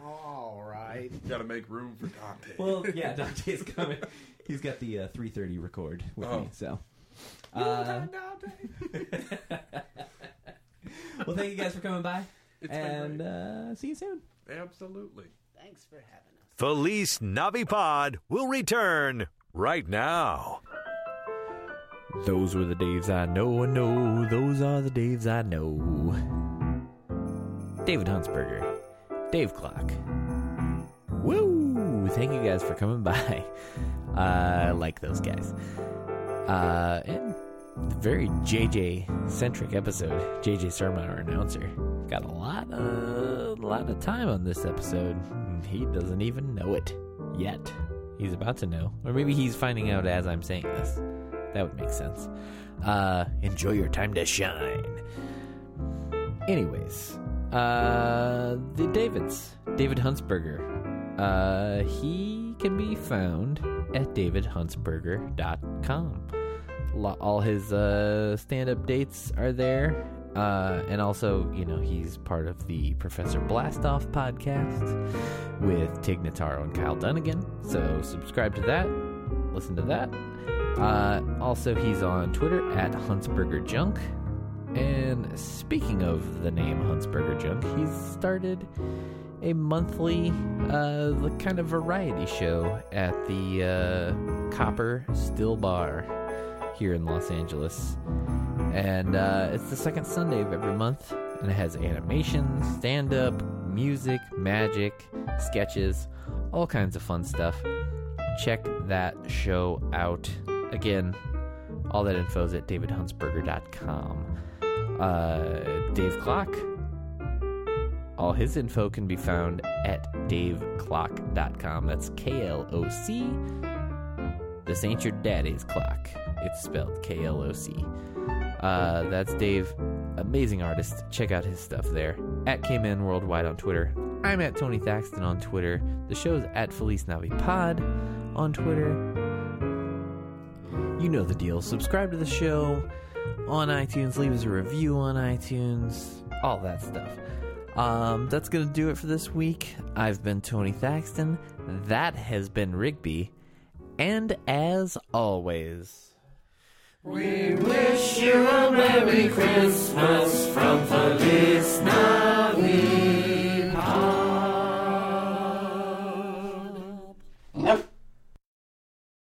S7: All right.
S8: Got to make room for Dante.
S3: Well, yeah, Dante's coming. He's got the uh, 3:30 record with
S8: Oh.
S3: me, so.
S2: You
S3: uh,
S2: got Dante.
S3: well, thank you guys for coming by,
S8: It's been
S3: and uh, see you soon.
S8: Absolutely.
S7: Thanks for having us.
S1: Felice Navipod will return right now.
S12: Those were the Daves I know and know. Those are the Daves I know. David Huntsberger. Dave Clock. Woo! Thank you guys for coming by. Uh, I like those guys. Uh, and very JJ centric episode. JJ Sermon, our announcer, got a lot of a lot of time on this episode. and He doesn't even know it yet. He's about to know, or maybe he's finding out as I'm saying this. That would make sense. Uh, enjoy your time to shine. Anyways, uh, the Davids, David Huntsberger. Uh, he can be found at davidhuntsberger.com. Lo- All his uh, stand up dates are there. Uh, and also, you know, he's part of the Professor Blastoff podcast with Tig Notaro and Kyle Dunnigan. So subscribe to that, listen to that. Uh, also, he's on Twitter at Huntsberger Junk. And speaking of the name Huntsberger Junk, he's started a monthly uh, the kind of variety show at the uh, Copper Still Bar here in Los Angeles. And uh, it's the second Sunday of every month, and it has animation, stand up, music, magic, sketches, all kinds of fun stuff. Check that show out. Again, all that info is at davidhuntsberger.com. Uh, Dave Clock. All his info can be found at daveclock.com. That's K L O C. This ain't your daddy's clock. It's spelled K L O C. Uh, that's Dave. Amazing artist. Check out his stuff there. At KMan Worldwide on Twitter. I'm at Tony Thaxton on Twitter. The show's at Felice Navi Pod on Twitter. You know the deal. Subscribe to the show on iTunes, leave us a review on iTunes, all that stuff. Um, that's going to do it for this week. I've been Tony Thaxton. That has been Rigby. And as always.
S2: We wish you a Merry Christmas from Feliz Navidad.